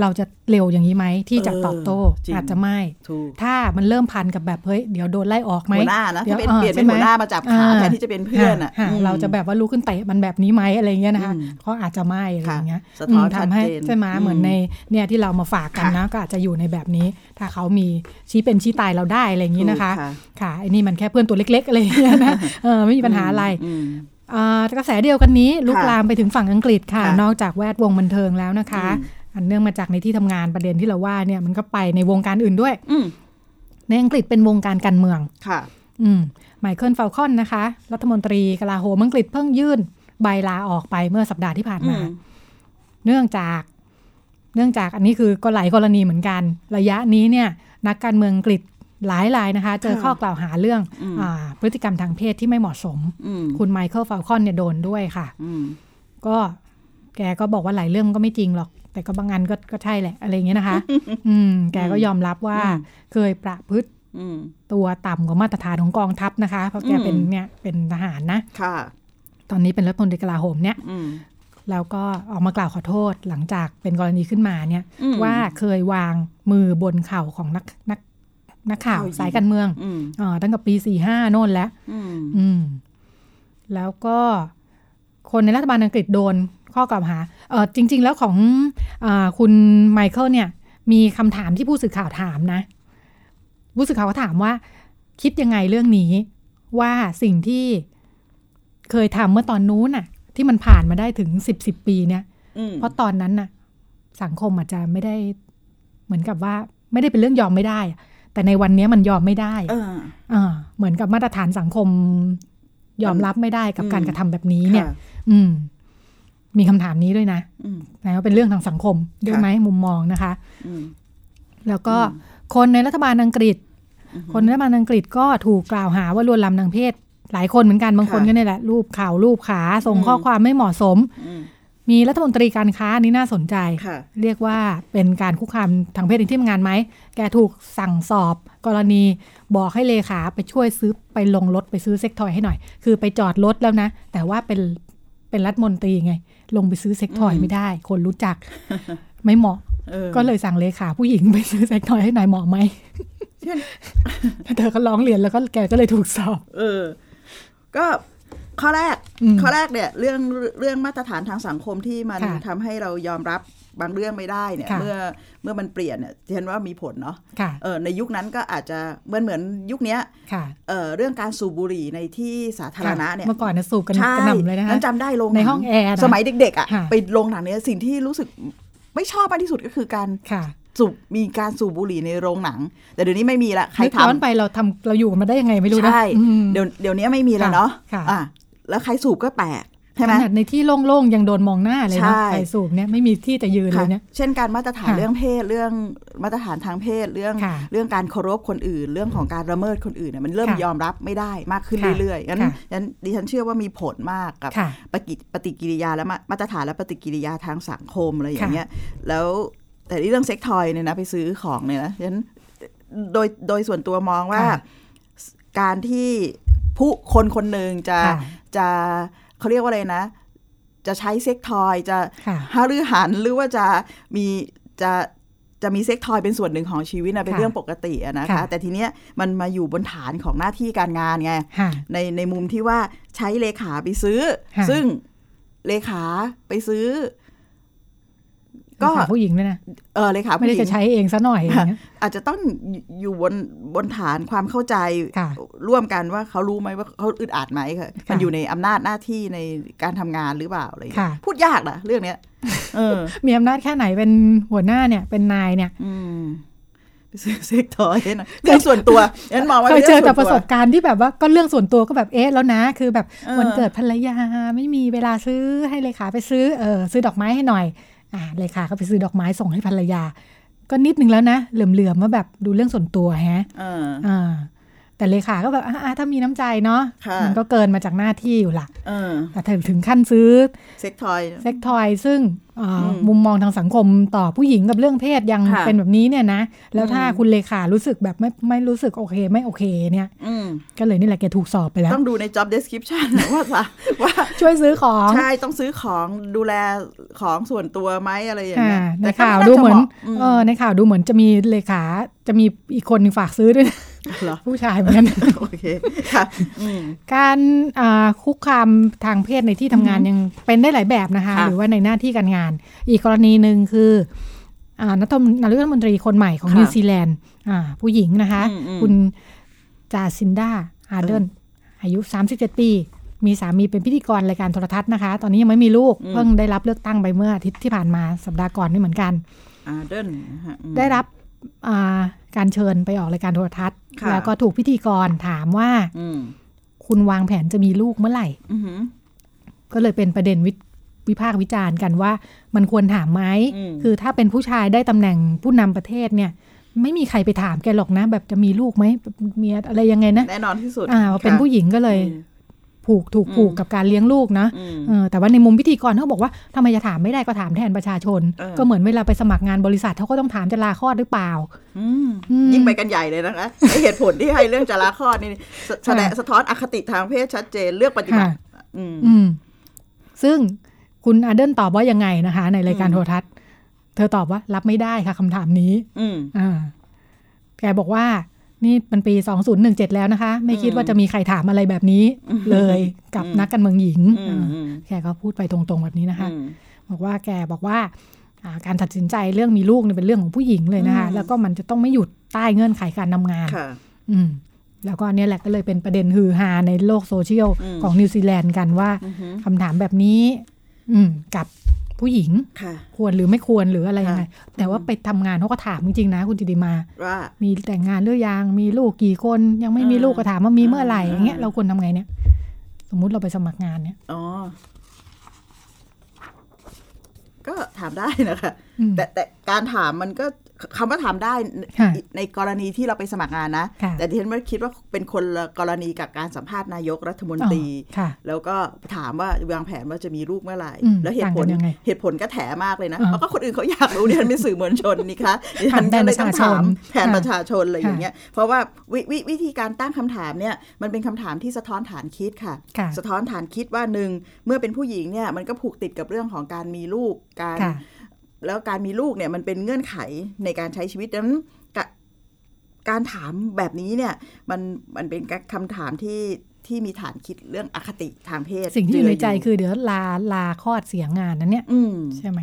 Speaker 2: เราจะเร็วอย่างนี้ไหมที่จะ
Speaker 3: เออ
Speaker 2: ตอบโต้
Speaker 3: จริง
Speaker 2: อาจจะไม่
Speaker 3: ถูก
Speaker 2: ถ้ามันเริ่มพันกับแบบเฮ้ยเดี๋ยวโดนไล่ออกไหม
Speaker 3: หัวหน้านะ
Speaker 2: เดี๋ย
Speaker 3: ถ้าว เป็น
Speaker 2: เออ
Speaker 3: เปลี่ยนเป็น
Speaker 2: ใช่ไหม
Speaker 3: หัวหน้ามาจับขา
Speaker 2: อ่า
Speaker 3: แทนที่จะเป็นเพื่อนอ่ะ
Speaker 2: ค่ะ
Speaker 3: อืม
Speaker 2: เราจะแบบว่าลุกขึ้นเตะมันแบบนี้ไหมอะไรอย่างเงี้ยนะคะ
Speaker 3: อืม
Speaker 2: เขาอาจจะไม่อะไรอย่างเงี้ย
Speaker 3: ค่ะสะท้อน
Speaker 2: อืมทำให้
Speaker 3: ชัดเจน
Speaker 2: ใช่ไหม
Speaker 3: อืม
Speaker 2: เหมือนในเนี่ยที่เรามาฝากกัน
Speaker 3: ค่ะ
Speaker 2: นะก็อาจจะอยู่ในแบบนี้ ถ้าเขามีชี้เป็นชี้ตายเราได้อะไรอย่างงี้นะคะ
Speaker 3: ถูก
Speaker 2: ค่ะไอ้นี่มันแค่เพื่อนตัวเล็ก ๆ อะไรอย่างเงี้ย
Speaker 3: <laughs>
Speaker 2: นะเออไม่มีปัญหาอะไร
Speaker 3: มม
Speaker 2: อ่ากระแสเดียวกันนี้ลุก
Speaker 3: ค่ะ
Speaker 2: ลามไปถึงฝั่งอังกฤษค่ะ
Speaker 3: ค่ะ
Speaker 2: นอกจากแวดวงบันเทิงแล้วนะคะ
Speaker 3: อืม
Speaker 2: อันเนื่องมาจากในที่ทำงานประเด็นที่เราว่าเนี่ยมันก็ไปในวงการอื่นด้วย
Speaker 3: อืม
Speaker 2: ในอังกฤษเป็นวงการการเมือง
Speaker 3: ค่ะ
Speaker 2: อืมไมเคิลเฟลคอนนะคะ รัฐมนตรีกลาโหมอังกฤษเพิ่งยื่นใบลาออกไปเมื่อสัปดาห์ที่ผ่านมา เนื่องจาก เนื่องจากอันนี้คือก็หลายกรณีเหมือนกัน ระยะนี้เนี่ย นักการเมืองอังกฤษหลายรายนะคะ เจอ
Speaker 3: ค่ะ
Speaker 2: ข้อกล่าวหาเรื่อง
Speaker 3: อืม
Speaker 2: อาพฤติกรรมทางเพศที่ไม่เหมาะสม
Speaker 3: อืม
Speaker 2: คุณไมเคิลเฟลคอนเนี่ยโดนด้วยค่ะ
Speaker 3: อืม
Speaker 2: ก็แกก็บอกว่าหลายเรื่องก็ไม่จริงหรอก แต่ก็บางอันก็ก็ใช่แหละอะไรอย่างเงี้ย <laughs> นะคะ อืม แกก็ยอมรับว่าเคยประพฤติ
Speaker 3: อืม
Speaker 2: ตัวต่ำกว่ามาตรฐานของกองทัพนะคะ เพราะแก
Speaker 3: อืม
Speaker 2: เป็นเนี่ยเป็นทหารนะ
Speaker 3: ค่ะ
Speaker 2: ตอนนี้เป็นรัฐมนตรีกลาโหมเนี่ย
Speaker 3: อืม
Speaker 2: แล้วก็ออกมากล่าวขอโทษหลังจากเป็นกรณีขึ้นมาเนี่ย
Speaker 3: อืม
Speaker 2: ว่าเคยวางมือบนเข่าของนักนักนักข่าว
Speaker 3: ข่าวหญิง
Speaker 2: สายการเมือง
Speaker 3: อืม
Speaker 2: เอ่อตั้งแต่ปี 45 โน่นแล้ว
Speaker 3: อืม
Speaker 2: อืม แล้วก็คนในรัฐบาลอังกฤษโดนข้อกล่าวหาเออจริง ๆ แล้วของอาคุณไมเคิลเนี่ย มีคำถามที่ผู้สื่อข่าวถามนะ ผู้สื่อข่าวก็ถามว่า คิดยังไงเรื่องนี้ ว่าสิ่งที่เคยทำเมื่อตอนนู้นน่ะ ที่มันผ่านมาได้ถึงสิบสิบปีเนี่ย
Speaker 3: อืม
Speaker 2: เพราะตอนนั้นน่ะ สังคมอาจจะไม่ได้เหมือนกับว่า ไม่ได้เป็นเรื่องยอมไม่ได้อะแต่ในวันเนี้ยมันยอมไม่ได้
Speaker 3: เออ
Speaker 2: อ่าเหมือนกับมาตรฐานสังคม ยอมรับไม่ได้กับ
Speaker 3: อืม
Speaker 2: การกระทำแบบนี้เนี่ย
Speaker 3: ค่ะ
Speaker 2: อืม มีคำถามนี้ด้วยนะ
Speaker 3: อืม
Speaker 2: นะว่าเป็นเรื่องทางสังคมด้วย
Speaker 3: ค่ะ
Speaker 2: ไหมมุมมองนะคะ
Speaker 3: อืม
Speaker 2: แล้วก็
Speaker 3: อืม
Speaker 2: คนในรัฐบาลอังกฤษ
Speaker 3: อืม
Speaker 2: คนในรัฐบาลอังกฤษก็ถูกกล่าวหาว่าลวนลามทางเพศ หลายคนเหมือนกันบางคน
Speaker 3: ค่ะ
Speaker 2: ก็เนี่ยแหละ รูปข่าวรูปขาส่ง
Speaker 3: อืม
Speaker 2: ข้อความไม่เหมาะสม
Speaker 3: อืม
Speaker 2: มีรัฐมนตรีการค้าอันนี้น่าสนใจ
Speaker 3: ค่ะ
Speaker 2: เรียกว่าเป็นการคุกคามทางเพศในที่ทำงานไหม แกถูกสั่งสอบกรณีบอกให้เลขาไปช่วยซื้อไปลงรถไปซื้อเซ็กทอยให้หน่อย คือไปจอดรถแล้วนะ แต่ว่าเป็นเป็นรัฐมนตรีไง ลงไปซื้อเซ็กทอย
Speaker 3: อืม
Speaker 2: ไม่ได้ คนรู้จัก ไม่เหมาะ
Speaker 3: ออ
Speaker 2: ก็เลยสั่งเลขาผู้หญิงไปซื้อเซ็กทอยให้หน่อยเหมาะไหม <laughs> เธอก็ร้องเรียนแล้วก็แกก็เลยถูกสอบ
Speaker 3: เออ ก็ข้อแรก
Speaker 2: อืม
Speaker 3: ข้อแรกเนี่ย เรื่องเรื่องมาตรฐานทางสังคมที่มัน
Speaker 2: ค่ะ
Speaker 3: ทำให้เรายอมรับ บางเรื่องไม่ได้เนี่ย
Speaker 2: ค่ะ
Speaker 3: เมื่อเมื่อมันเปลี่ยนเนี่ยดิฉันว่ามีผลเนาะ
Speaker 2: ค่ะ
Speaker 3: เออในยุคนั้นก็อาจจะเหมือนเหมือนยุคเนี้ย
Speaker 2: ค่ะ
Speaker 3: เออเรื่องการสูบบุหรี่ในที่สาธารณะเนี่ย
Speaker 2: เมื่อก่อนนะสูบกัน
Speaker 3: ใช่
Speaker 2: กระหน่ำเลยนะคะ
Speaker 3: นั้นจำได้โรง
Speaker 2: ใน
Speaker 3: นั
Speaker 2: ห้องแอร์นะ
Speaker 3: สมัยเด็กๆอ่ะ
Speaker 2: ค่ะ
Speaker 3: ไปโรงหนังเนี่ยสิ่งที่รู้สึกไม่ชอบมากที่สุดก็คือการ
Speaker 2: ค่ะ
Speaker 3: สูบมีการสูบบุหรี่ในโรงหนัง แต่เดี๋ยวนี้ไม่มีละใคร
Speaker 2: นึก
Speaker 3: ทำ
Speaker 2: ย้อนไปเราทำเราอยู่กันมาได้ยังไงไม่รู้นะ
Speaker 3: ใช่
Speaker 2: อืม
Speaker 3: เดี๋ยวเดี๋ยวนี้ไม่มีแล้วเนาะ
Speaker 2: ค่ะ
Speaker 3: อ่ะแล้วใครสูบก็แปลกใช่ไหม
Speaker 2: ขนาดในที่โล่งๆยังโดนมองหน้าเลย
Speaker 3: ใช่
Speaker 2: นะใส่สูบเนี่ยไม่มีที่จะยืนเล
Speaker 3: ค่ะ
Speaker 2: ยเนี่ย
Speaker 3: เช่นการมาตรฐาน
Speaker 2: ค่ะ
Speaker 3: เรื่องเพศเรื่องมาตรฐานทางเพศเรื่อง
Speaker 2: ค่ะ
Speaker 3: เรื่องการเคารพคนอื่น เรื่องของการละเมิดคนอื่นเนี่ยมันเริ่ม
Speaker 2: ค่ะ
Speaker 3: ยอมรับไม่ได้มากขึ้น
Speaker 2: ค่ะ
Speaker 3: เรื่อยๆงั้น
Speaker 2: ค่ะ
Speaker 3: งั้นดิฉันเชื่อว่ามีผลมากกับ
Speaker 2: ค่ะ
Speaker 3: ปฏิปฏิกิริยาและมามาตรฐานและปฏิกิริยาทางสังคมอะไรอย่างเงี้ย แล้วแต่ที่เรื่องเซ็กทอยเนี่ยนะไปซื้อของเนี่ยนะฉะนั้นโดยโดยส่วนตัวมองว่า
Speaker 2: ค่ะ
Speaker 3: การที่ผู้คนคนหนึ่งจะ
Speaker 2: ค่ะ
Speaker 3: จะเขาเรียกว่าอะไรนะ จะใช้เซ็กทอยจะ
Speaker 2: ค่ะ
Speaker 3: ฮารือหันหรือว่าจะมีจะจะมีเซ็กทอยเป็นส่วนหนึ่งของชีวิตนะเป็น
Speaker 2: ค่ะ
Speaker 3: เรื่องปกติอะนะคะ
Speaker 2: ค่ะ
Speaker 3: แต่ทีเนี้ยมันมาอยู่บนฐานของหน้าที่การงานไง
Speaker 2: ค่ะ
Speaker 3: ในในมุมที่ว่าใช้เลขาไปซื้อ
Speaker 2: ค่ะ
Speaker 3: ซึ่งเลขาไปซื้อ ก็
Speaker 2: ก็ผู้หญิงด้วยนะ
Speaker 3: เออเลขา
Speaker 2: ไม่
Speaker 3: ผู้ห
Speaker 2: ได้
Speaker 3: ญิ
Speaker 2: จะ
Speaker 3: ง
Speaker 2: ใช้เองซะหน่อยอย่างเงี้ย
Speaker 3: อาจจะต้องอยู่บนบนฐานความเข้าใจ
Speaker 2: ค่ะ
Speaker 3: ร่วมกันว่าเขารู้ไหมว่าเขาอึดอัดไหมค่ะมัน
Speaker 2: ค่ะ
Speaker 3: อยู่ในอำนาจหน้าที่ในการทำงานหรือเปล่าอะไรอย่างเงี้ย
Speaker 2: ค่ะ
Speaker 3: พูดยากนะเรื่องเนี้ย เออ
Speaker 2: มีอำนาจแค่ไหนเป็นหัวหน้าเนี่ยเป็นนายเนี่ย
Speaker 3: อืมไปซื้อเซ็กทอยนะเรื่องส่วนตัวงั้นมองว่า
Speaker 2: เคย
Speaker 3: ป็น
Speaker 2: เจ
Speaker 3: รื่
Speaker 2: อง แต่ป
Speaker 3: ส่วนตั
Speaker 2: ระ
Speaker 3: ว
Speaker 2: สบการณ์ที่แบบว่าก็เรื่องส่วนตัวก็แบบเอ๊ะแล้วนะ คือแบบ
Speaker 3: เออ
Speaker 2: วันเกิดภรรยาไม่มีเวลาซื้อให้เลขาไปซื้อเออซื้อดอกไม้ให้หน่อยอ่าเลขาก็ไปซื้อดอกไม้ส่งให้ภรรยา ก็นิดนึงแล้วนะเหลื่อมๆว่าแบบดูเรื่องส่วนตัวแฮะ
Speaker 3: เออ
Speaker 2: อ่าแต่เลขาก็แบบอะอ่าถ้ามีน้ำใจเนาะ
Speaker 3: ค่ะ
Speaker 2: มัก็เกินมาจากหน้าที่อยู่ละ
Speaker 3: เออ
Speaker 2: แต่ถึงถึงขั้นซื้อ
Speaker 3: เซ็กทอย
Speaker 2: เซ็กทอยซึ่งเอ่ออ
Speaker 3: ม
Speaker 2: มุมมองทางสังคมต่อผู้หญิงกับเรื่องเพศยัง
Speaker 3: ค่ะ
Speaker 2: เป็นแบบนี้เนี่ยนะ แล้วถ้า
Speaker 3: อืม
Speaker 2: คุณเลขารู้สึกแบบไม่ไม่รู้สึกโอเคไม่โอเคเนี่ย
Speaker 3: อืม
Speaker 2: ก็เลยนี่แหละแกถูกสอบไปแล้ว
Speaker 3: ต้องดูใน job description นะว่าสาว่า
Speaker 2: ช่วยซื้อของ
Speaker 3: ใช่ต้องซื้อของดูแลของส่วนตัวไหมอะไรอย่าง
Speaker 2: อ่า
Speaker 3: เงี้ย
Speaker 2: ใน
Speaker 3: ก็
Speaker 2: ข่าว
Speaker 3: ไ
Speaker 2: ดูเหมือน
Speaker 3: จะาะม
Speaker 2: เออในข่าวดูเหมือนจะมีเลขาจะมีอีกคนหนึ่งฝากซื้อด้วยนะ
Speaker 3: เหรอ <laughs>
Speaker 2: ผู้ชายเหมือนกัน
Speaker 3: โอเคค่ะอืม
Speaker 2: การอ่าคุกคามทางเพศในที่ทำงานยังเป็นได้หลายแบบนะคะ
Speaker 3: ค่ะ
Speaker 2: หรือว่าในหน้าที่การงาน อีกกรณีหนึ่งคืออ่านัฐมนายกรัฐมนตรีคนใหม่ของนิวซีแลนด์อ่าผู้หญิงนะคะ
Speaker 3: อืมอืม
Speaker 2: คุณจาซินดาอาร์เดนอายุ 37 ปี มีสามีเป็นพิธีกรรายการโทรทัศน์นะคะ ตอนนี้ยังไม่มีลูก
Speaker 3: อืม
Speaker 2: เพิ่งได้รับเลือกตั้งไปเมื่ออาทิตย์ที่ผ่านมาสัปดาห์ก่อนนี่เหมือนกัน
Speaker 3: อ่าเดินนะฮะอืม
Speaker 2: ได้รับอ่าการเชิญไปออกรายการโทรทัศน์
Speaker 3: ค่ะ
Speaker 2: แล้วก็ถูกพิธีกรถามว่า
Speaker 3: อืม
Speaker 2: คุณวางแผนจะมีลูกเมื่อไหร่
Speaker 3: อือหือ
Speaker 2: ก็เลยเป็นประเด็นวิวิพากษ์วิจารณ์กันว่ามันควรถามไหม
Speaker 3: ม
Speaker 2: คือถ้าเป็นผู้ชายได้ตำแหน่งผู้นำประเทศเนี่ย ไม่มีใครไปถามแกหรอกนะ แบบจะมีลูกไหมเมียอะไรยังไงนะ
Speaker 3: แน่นอนที่สุด
Speaker 2: อ่าพอเป็น
Speaker 3: ค่ะ
Speaker 2: ผู้หญิงก็เลย
Speaker 3: อืม
Speaker 2: ผูกถูก
Speaker 3: อืม
Speaker 2: ผูกกับการเลี้ยงลูกนะ
Speaker 3: อืม
Speaker 2: เออแต่ว่าในมุมพิธีกรเขาบอกว่าทำไมจะถามไม่ได้ก็ถามแทนประชาชน
Speaker 3: เออ
Speaker 2: ก็เหมือนเวลาไปสมัครงานบริษัทเขาก็ต้องถามจะลาคลอดหรือเปล่า
Speaker 3: อืม
Speaker 2: อืม
Speaker 3: ยิ่งไปกันใหญ่เลยนะคะไอเหตุผลที่ให้เรื่องจราคอดนี่สแสดงสะท้อนอคติทางเพศชัดเจนเลือกปฏิบัติ
Speaker 2: ค่ะ
Speaker 3: อืม
Speaker 2: อืม ซึ่งคุณอาเดนตอบว่ายังไงนะคะ ในรายการ
Speaker 3: อืม
Speaker 2: โทรทัศน์ เธอตอบว่ารับไม่ได้ค่ะคำถามนี้
Speaker 3: อืม
Speaker 2: อ่าแกบอกว่านี่มันปี 2017 แล้วนะคะ ไม่คิด
Speaker 3: อืม
Speaker 2: ว่าจะมีใครถามอะไรแบบนี้
Speaker 3: อืม
Speaker 2: เลยกับ
Speaker 3: อืม
Speaker 2: นักการเมืองหญิง
Speaker 3: อืม
Speaker 2: อ่า
Speaker 3: อืม
Speaker 2: แกก็พูดไปตรงๆแบบนี้นะคะ
Speaker 3: อืม
Speaker 2: บอกว่าแกบอกว่าอ่าการตัดสินใจเรื่องมีลูกเนี่ยเป็นเรื่องของผู้หญิงเลยนะคะ
Speaker 3: อืม
Speaker 2: แล้วก็มันจะต้องไม่หยุดใต้เงื่อนไขการทำงาน
Speaker 3: ค่ะ
Speaker 2: อืม แล้วก็เนี่ยแหละก็เลยเป็นประเด็นฮือฮาในโลกโซเชียล
Speaker 3: อืม
Speaker 2: ของนิวซีแลนด์กันว่า
Speaker 3: อือหือ
Speaker 2: คำถามแบบนี้ อืม กับผู้หญิง
Speaker 3: ค่ะ
Speaker 2: ควรหรือไม่ควรหรืออะไรยังไงแต่ว่า
Speaker 3: อืม
Speaker 2: ไปทำงานเขาก็ถามจริงๆนะคุณจิติมา
Speaker 3: ว่า
Speaker 2: มีแต่งงานหรือยัง มีลูกกี่คน ยังไม่มี
Speaker 3: อ่า
Speaker 2: ลูกก็ถามว่ามีเมื่อไหร่
Speaker 3: อ่า
Speaker 2: อย่างเงี้ย เราควรทำไงเนี่ย สมมุติเราไปสมัครงานเนี่ย
Speaker 3: อ๋อ ก็ถามได้นะคะ
Speaker 2: อืม
Speaker 3: แต่แต่การถามมันก็คำว่าถามได้ใน
Speaker 2: ค่ะ
Speaker 3: ในกรณีที่เราไปสมัครงานนะ
Speaker 2: ค่ะ
Speaker 3: แต่ที่ฉันไม่คิดว่าเป็นคนละกรณีกับการสัมภาษณ์นายกรัฐมน
Speaker 2: อ๋อ
Speaker 3: ตรี
Speaker 2: ค่ะ
Speaker 3: แล้วก็ถามว่าวางแผนว่าจะมีลูกเมื่อไหร่
Speaker 2: อืม
Speaker 3: แล้วเหตุผล
Speaker 2: ต่างกันยังไง
Speaker 3: เหตุผลก็แถมากเลยนะ
Speaker 2: อ่า
Speaker 3: เอาก็คนอื่นเขาอยากรู้ เนี่ยฉันเป็นสื่อมวลชนนี่คะดิฉัน
Speaker 2: ถามแทน
Speaker 3: ก็เลยต้องถาม
Speaker 2: ประชาชน
Speaker 3: แทนประชาชนอะไรอย่าง
Speaker 2: ค่ะ
Speaker 3: เงี้ย เพราะว่าวิวิวิธีการตั้งคำถามเนี่ยมันเป็นคำถามที่สะท้อนฐานคิดค่ะ
Speaker 2: ค่ะ
Speaker 3: สะท้อนฐานคิดว่าหนึ่งเมื่อเป็นผู้หญิงเนี่ยมันก็ผูกติดกับเรื่องของการมีลูกการ
Speaker 2: ค่ะ
Speaker 3: แล้วการมีลูกเนี่ยมันเป็นเงื่อนไขในการใช้ชีวิตดังนั้นกะการถามแบบนี้เนี่ย มันมันเป็นคำถามที่ที่มีฐานคิดเรื่องอคติทางเพศ
Speaker 2: สิ่งที่อยู่ในใจ
Speaker 3: เ
Speaker 2: คือเดี๋ยวลาลาคลอดเสียงานนั้นเนี่ย
Speaker 3: อืม
Speaker 2: ใช่ไหม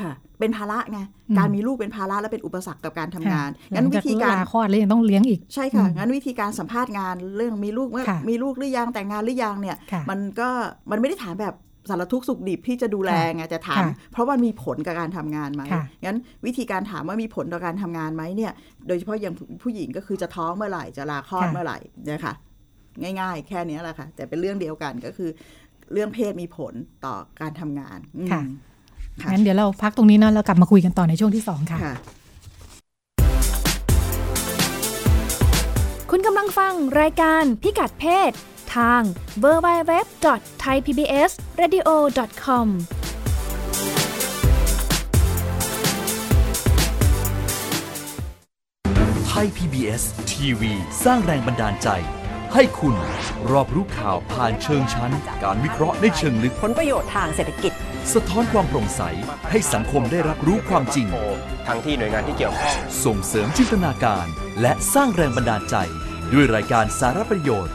Speaker 3: ค่ะ เป็นภาระไง
Speaker 2: อืม
Speaker 3: การมีลูกเป็นภาระและเป็นอุปสรรคต่อการทำงาน
Speaker 2: ค่ะ
Speaker 3: งั้นวิธีกา
Speaker 2: หลังจ
Speaker 3: ร
Speaker 2: ลคลอดแล้วยังต้องเลี้ยงอีก
Speaker 3: ใช่ค่ะ
Speaker 2: อืม
Speaker 3: งั้นวิธีการสัมภาษณ์งานเรื่องมีลูกเมื่อ
Speaker 2: ค่ะ
Speaker 3: มีลูกหรือยังแต่งงานหรือยังเนี่ย
Speaker 2: ค่ะ
Speaker 3: มันก็มันไม่ได้ถามแบบสารทุกข์สุขดิบที่จะดูแลไงจะถาม
Speaker 2: ค่ะ
Speaker 3: เพราะมันมีผลกับการทำงานไหม
Speaker 2: ค่ะ
Speaker 3: งั้นวิธีการถามว่ามีผลต่อการทำงานไหมเนี่ย โดยเฉพาะอย่างผู้หญิงก็คือจะท้องเมื่อไหร่จะลาคลอดเมื่อไหร่เนยคะง่าย ๆ แค่เนี้ยแหละค่ะ แต่เป็นเรื่องเดียวกันก็คือ เรื่องเพศมีผลต่อการทำงานอืม
Speaker 2: ค่ะ
Speaker 3: ค่ะ
Speaker 2: งั้นเดี๋ยวเราพักตรงนี้นะเรากลับมาคุยกันต่อในช่วงที่ 2 ค่ะ
Speaker 3: ค่ะ
Speaker 1: คุณกำลังฟังรายการพิกัดเพศ ทาง www.thaipbsradio.com
Speaker 4: ไทย PBS TV สร้างแรงบันดาลใจ ให้คุณรอบรู้ข่าวผ่านเชิงชั้น การวิเคราะห์ในเชิงลึก
Speaker 5: ผลประโยชน์ทางเศรษฐกิจ
Speaker 4: สะท้อนความโปร่งใส ให้สังคมได้รับรู้ความจริง
Speaker 6: ทั้งที่หน่วยงานที่เกี่ยวข้อง
Speaker 4: ส่งเสริมจินตนาการ และสร้างแรงบันดาลใจ ด้วยรายการสารประโยชน์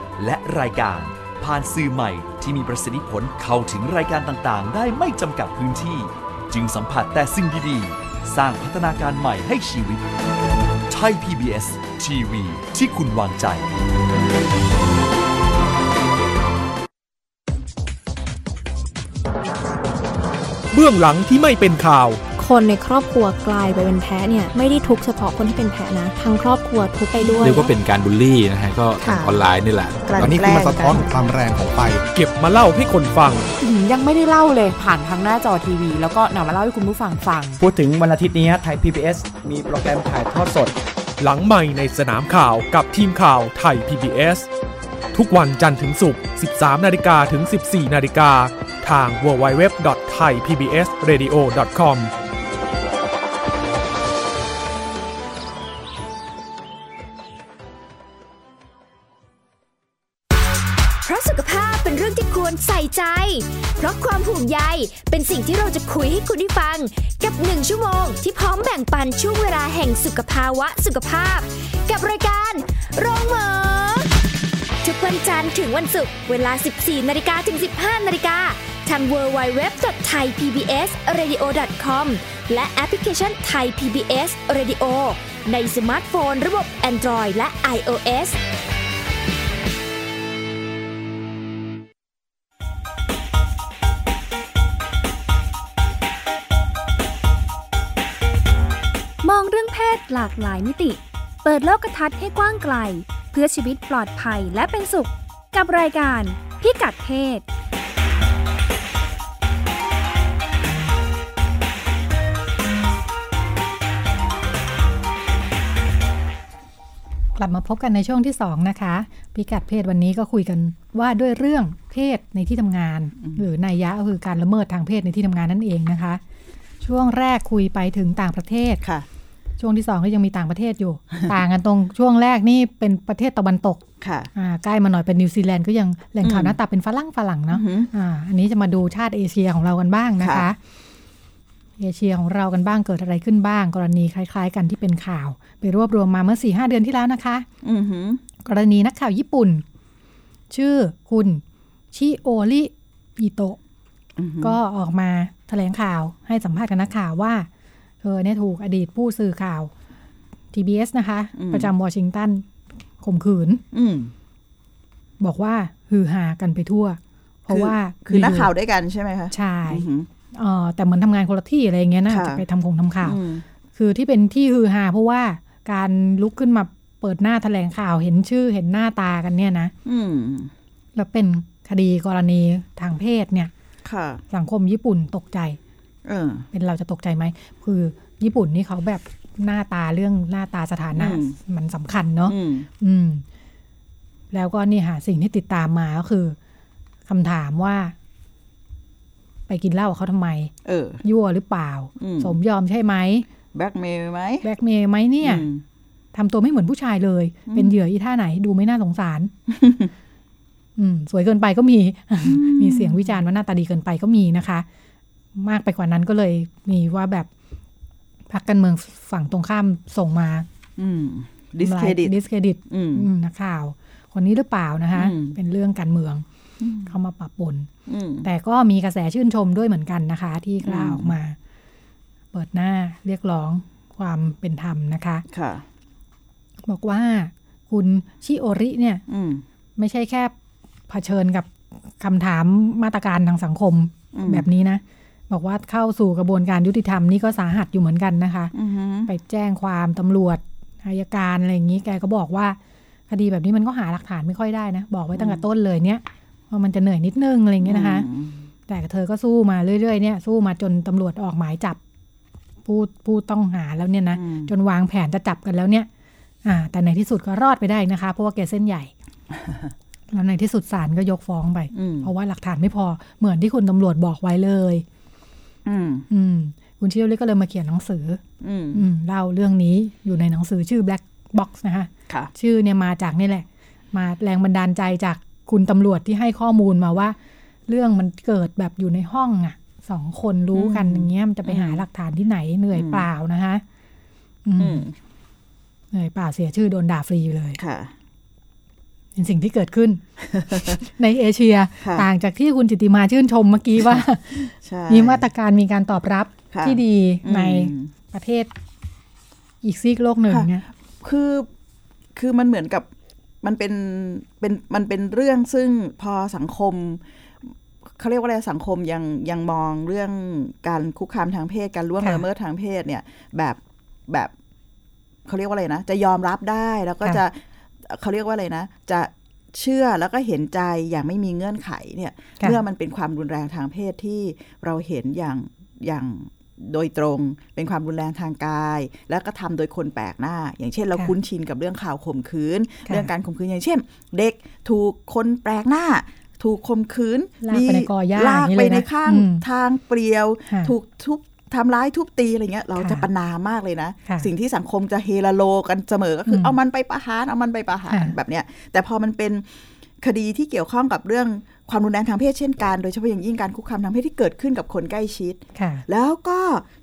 Speaker 4: และรายการ ผ่านสื่อใหม่ที่มีประสิทธิผลเข้าถึงรายการต่างๆ ได้ไม่จำกัดพื้นที่ จึงสัมผัสแต่สิ่งดีๆ สร้างพัฒนาการใหม่ให้ชีวิต ไทย PBS ทีวีที่คุณวางใจ
Speaker 7: เบื้องหลังที่ไม่เป็นข่าว
Speaker 8: คนในครอบครัวกลายไปเป็นแพ้เนี่ย ไม่ได้ทุกข์เฉพาะคนที่เป็นแพ้นะ ทั้งครอบครัวทุกข์ไปด้วย
Speaker 9: เรียกว่าเป็นการบูลลี่นะฮะ ก็ทาง
Speaker 10: ค่ะ
Speaker 9: ออนไลน์นี่แหละ
Speaker 10: กลั่น
Speaker 7: ตอนนี้
Speaker 10: แก
Speaker 7: คือ
Speaker 10: ล้
Speaker 7: มัน
Speaker 10: ง
Speaker 7: สะท้อนของความแรงของไฟ เก็บมาเล่าให้คนฟัง
Speaker 10: อืมยังไม่ได้เล่าเลยผ่านทางหน้าจอทีวี แล้วก็นำมาเล่าให้คุณผู้ฟังฟัง
Speaker 11: พูดถึงวันอาทิตย์นี้ไทย PBS มีโปรแกรมถ่ายทอดสด
Speaker 7: หลังใหม่ในสนามข่าวกับทีมข่าวไทย PBS ทุกวันจันทร์ถึงศุกร์ 13 นาฬิกาถึง 14 นาฬิกา ทาง www.thaipbsradio.com
Speaker 12: เพราะสุขภาพเป็นเรื่องที่ควรใส่ใจ เพราะความผูกใยเป็นสิ่งที่เราจะคุยให้คุณได้ฟัง กับหนึ่งชั่วโมงที่พร้อมแบ่งปันช่วงเวลาแห่งสุขภาวะสุขภาพ กับรายการโรงหมอ ทุกวันจันทร์ถึงวันศุกร์เวลา 14นาฬิกาถึง 15นาฬิกาทาง www.thaipbsradio.com และแอปพลิเคชัน Thai PBS Radio ในสมาร์ทโฟนระบบ Android และ iOS
Speaker 1: มองเรื่องเพศหลากหลายมิติ เปิดโลกทัศน์ให้กว้างไกล เพื่อชีวิตปลอดภัยและเป็นสุข กับรายการพิกัดเพศ
Speaker 2: กลับมาพบกันในช่วงที่ 2 นะคะ พิกัดเพศวันนี้ก็คุยกันว่าด้วยเรื่องเพศในที่ทำงาน หรือในยยะก็คือการละเมิดทางเพศในที่ทำงานนั่นเองนะคะ ช่วงแรกคุยไปถึงต่างประเทศ
Speaker 3: ค่ะ
Speaker 2: ช่วงที่ 2 ก็ยังมีต่างประเทศอยู่
Speaker 3: <laughs>
Speaker 2: ต่างกันตรงช่วงแรกนี่เป็นประเทศตะวันตก
Speaker 3: ค่ะ
Speaker 2: อ่าใกล้มาหน่อยเป็นนิวซีแลนด์ก็ยังแหล่งข่าว
Speaker 3: อื
Speaker 2: ห
Speaker 3: ม
Speaker 2: น้าตาเป็นฝรั่งฝรั่งเนาะ
Speaker 3: อือหืออ่
Speaker 2: าอันนี้จะมาดูชาติเอเชียของเรากันบ้างนะคะ
Speaker 3: ค่ะ
Speaker 2: เอเชียของเรากันบ้างเกิดอะไรขึ้นบ้าง กรณีคล้าย ๆ กันที่เป็นข่าว ไปรวบรวมมาเมื่อ4ีหเดือนที่แล้วนะคะ
Speaker 3: อือหือก
Speaker 2: รณีนักข่าวญี่ปุ่น ชื่อคุณชิโอริอิโตะ
Speaker 3: อือหือ
Speaker 2: ก็ออกมาแถลงข่าวให้สัมภาษณ์กับนักข่าวว่า เธอเนี่ยถูกอดีตผู้สื่อข่าว TBS นะคะ ประจำวอชิงตันข่มขืน
Speaker 3: อืม
Speaker 2: บอกว่าฮือฮากันไปทั่ว เพราะ
Speaker 3: คือ
Speaker 2: ว่า
Speaker 3: คือนัก
Speaker 2: ยู่
Speaker 3: ข่าวด้วยกันใช่ไหมคะ
Speaker 2: ใช่
Speaker 3: อือหือ
Speaker 2: เอ่อแต่เหมือนทำงานคนละที่อะไรอย่างเงี้ยนะ
Speaker 3: ค่ะ
Speaker 2: จะไปทำคงทำข่าว
Speaker 3: อืม
Speaker 2: คือที่เป็นที่ฮือฮาเพราะว่าการลุกขึ้นมาเปิดหน้าแถลงข่าวเห็นชื่อเห็นหน้าตากันเนี่ยนะ
Speaker 3: อืม
Speaker 2: แล้วเป็นคดีกรณีทางเพศเนี่ย
Speaker 3: ค่ะ
Speaker 2: สังคมญี่ปุ่นตกใจ
Speaker 3: เออ
Speaker 2: เป็นเราจะตกใจไหม คือญี่ปุ่นนี่เขาแบบหน้าตาเรื่องหน้าตาสถานะ
Speaker 3: อืม
Speaker 2: มันสำคัญเนาะ
Speaker 3: อืม
Speaker 2: อืม แล้วก็นี่ค่ะสิ่งที่ติดตามมาก็คือคำถามว่า ไปกินเหล้ากับเขาทำไม
Speaker 3: เออ
Speaker 2: ยั่วหรือเปล่า
Speaker 3: อืม
Speaker 2: สมยอมใช่ไหม
Speaker 3: แบ็กเมย์ไหม
Speaker 2: แบ็กเมย์ไหมเนี่ยทำตัวไม่เหมือนผู้ชายเลย เป็นเหยื่ออีท่าไหนดูไม่น่าสงสาร อืม สวยเกินไปก็มี มีเสียงวิจารณ์ว่าหน้าตาดีเกินไปก็มีนะคะ มากไปกว่านั้นก็เลยมีว่าแบบพรรคการเมืองฝั่งตรงข้ามส่งมา
Speaker 3: อืม discredit
Speaker 2: ดิสเครดิต
Speaker 3: อืม
Speaker 2: นักข่าว คนนี้หรือเปล่านะคะ
Speaker 3: อืม
Speaker 2: เป็นเรื่องการเมือง
Speaker 3: อืม
Speaker 2: เข้ามาปะปน
Speaker 3: อืม
Speaker 2: แต่ก็มีกระแสชื่นชมด้วยเหมือนกันนะคะ ที่กล้า
Speaker 3: อืม
Speaker 2: ออกมา เปิดหน้าเรียกร้องความเป็นธรรมนะคะ
Speaker 3: ค่ะ
Speaker 2: บอกว่าคุณชิโอริเนี่ย
Speaker 3: อืม
Speaker 2: ไม่ใช่แค่เผชิญกับคำถามมาตรการทางสังคม
Speaker 3: อืม
Speaker 2: แบบนี้นะ บอกว่าเข้าสู่กระบวนการยุติธรรมนี่ก็สาหัสอยู่เหมือนกันนะคะ
Speaker 3: อือหือ
Speaker 2: ไปแจ้งความตำรวจอายการอะไรอย่างนี้แกก็บอกว่า คดีแบบนี้มันก็หาหลักฐานไม่ค่อยได้นะ บอกไว้ตั้งแต่ต้นเลยเนี่ยว่ามันจะเหนื่อยนิดนึงอะไรอย่างเงี้ยนะคะ
Speaker 3: อืม
Speaker 2: แต่เธอก็สู้มาเรื่อยๆเนี่ยสู้มาจนตำรวจออกหมายจับผู้ผู้ต้องหาแล้วเนี่ยนะ
Speaker 3: อืม
Speaker 2: จนวางแผนจะจับกันแล้วเนี่ย อ่า แต่ในที่สุดก็รอดไปได้นะคะ เพราะว่าแกเส้น
Speaker 3: <laughs>
Speaker 2: ใหญ่ แล้วในที่สุดศาลก็ยกฟ้องไป
Speaker 3: อืม
Speaker 2: เพราะว่าหลักฐานไม่พอเหมือนที่คุณตำรวจบอกไว้เลย
Speaker 3: อืม
Speaker 2: อืม คุณเชี่ยวเล็กก็เลยมาเขียนหนังสือ
Speaker 3: อืม
Speaker 2: อืมเล่าเรื่องนี้อยู่ในหนังสือชื่อ black box นะคะ
Speaker 3: ค่ะ
Speaker 2: ชื่อเนี่ยมาจากนี่แหละ มาแรงบันดาลใจจากคุณตำรวจที่ให้ข้อมูลมาว่า เรื่องมันเกิดแบบอยู่ในห้องอะสองคนรู้กัน
Speaker 3: อืม
Speaker 2: อย่างเงี้ยมันจะไปหาหลักฐานที่ไหนเหนื่อย
Speaker 3: อืม
Speaker 2: เปล่านะคะอืม
Speaker 3: อืม
Speaker 2: เหนื่อยเปล่าเสียชื่อโดนด่าฟรีไปเลย
Speaker 3: ค่ะ
Speaker 2: เป็นสิ่งที่เกิดขึ้น <laughs> ในเอเชีย
Speaker 3: ค่ะ
Speaker 2: ต่างจากที่คุณจิติมาชื่นชมเมื่อกี้ว่า
Speaker 3: ใช่
Speaker 2: มีมาตรการมีการตอบรับ
Speaker 3: ค่ะ
Speaker 2: ที่ดี
Speaker 3: อืม
Speaker 2: ในประเทศอีกซีกโลกหนึ่ง
Speaker 3: ค่ะ
Speaker 2: เนี่ย
Speaker 3: คือคือมันเหมือนกับมันเป็นเป็นมันเป็นเรื่องซึ่งพอสังคมเขาเรียกว่าอะไรสังคมยังยังมองเรื่องการคุกคามทางเพศการล่วงละเมิดทางเพศเนี่ย แบบแบบเขาเรียกว่าอะไรนะ จะยอมรับได้แล้วก็จะเขาเรียกว่าอะไรนะ จะเชื่อแล้วก็เห็นใจอย่างไม่มีเงื่อนไขเนี่ย
Speaker 2: ค่ะ
Speaker 3: เมื่อมันเป็นความรุนแรงทางเพศที่เราเห็นอย่างอย่างโดยตรง เป็นความรุนแรงทางกาย แล้วก็ทำโดยคนแปลกหน้า อย่างเช่นเรา
Speaker 2: ค่ะ
Speaker 3: คุ้นชินกับเรื่องข่าวข่มขืน
Speaker 2: ค่ะ
Speaker 3: เรื่องการข่มขืนอย่างเช่น เด็กถูกคนแปลกหน้า ถูกข่มขืน
Speaker 2: ลากไปในกอหญ้า
Speaker 3: ลาก
Speaker 2: อย่
Speaker 3: ไป
Speaker 2: เลย
Speaker 3: ใน
Speaker 2: นะ
Speaker 3: ข้าง
Speaker 2: อืม
Speaker 3: ทางเปลี่ยว
Speaker 2: ค่ะ
Speaker 3: ถูกทุบทำร้ายทุบตีอะไรเงี้ยเรา
Speaker 2: ค่ะ
Speaker 3: จะประนามมากเลยนะ
Speaker 2: ค่ะ
Speaker 3: สิ่งที่สังคมจะเฮลาโลกันเสมอก็คืออ
Speaker 2: ม
Speaker 3: เอามันไปประหารเอามันไปประหาร
Speaker 2: ค่ะ
Speaker 3: แบบเนี้ยแต่พอมันเป็นคดีที่เกี่ยวข้องกับเรื่องความรุนแรงทางเพศเช่นกัน โดยเฉพาะอย่างยิ่งการคุกคามทางเพศที่เกิดขึ้นกับคนใกล้ชิด
Speaker 2: ค่ะ
Speaker 3: แล้วก็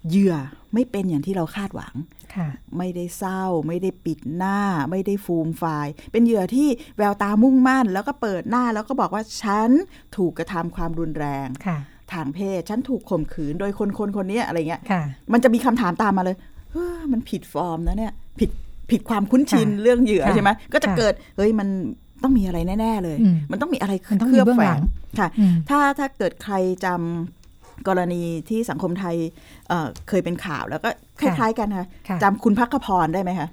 Speaker 3: เหยื่อไม่เป็นอย่างที่เราคาดหวัง
Speaker 2: ค่ะ
Speaker 3: ไม่ได้เศร้า ไม่ได้ปิดหน้า ไม่ได้ฟูมไฟายเป็นเหยื่อที่แววตามุ่งมั่น แล้วก็เปิดหน้าแล้วก็บอกว่าฉันถูกกระทำความรุนแรง
Speaker 2: ค่ะ
Speaker 3: ทางเพศ ฉันถูกข่มขืนโดยคนคนคนเนี้ยอะไรเงี้ย
Speaker 2: ค่ะ
Speaker 3: มันจะมีคำถามตามมาเลยเฮ้อมันผิดฟอร์มนะเนี่ย ผิดผิดความคุ้นชิน
Speaker 2: ค่ะ
Speaker 3: เรื่องเหยื่อ
Speaker 2: ค่ะ
Speaker 3: ใช่ไหมก็จะ
Speaker 2: ค่ะ
Speaker 3: เกิด เฮ้ย มันต้องมีอะไรแน่ ๆ เลย
Speaker 2: อืม
Speaker 3: มันต้องมีอะไร
Speaker 2: มันต้อง
Speaker 3: เค
Speaker 2: มี
Speaker 3: ลือบ
Speaker 2: เบื้อง
Speaker 3: แฝ
Speaker 2: หลั
Speaker 3: ง
Speaker 2: ง
Speaker 3: ค่ะ
Speaker 2: อืม
Speaker 3: ถ้าถ้าเกิดใครจำกรณีที่สังคมไทยเอ่อเคยเป็นข่าวแล้วก็ค
Speaker 2: ค่ะ
Speaker 3: ล้าย ๆ กันค่ะ
Speaker 2: ค่ะ
Speaker 3: จำคุณพักขพรได้ไหมคะ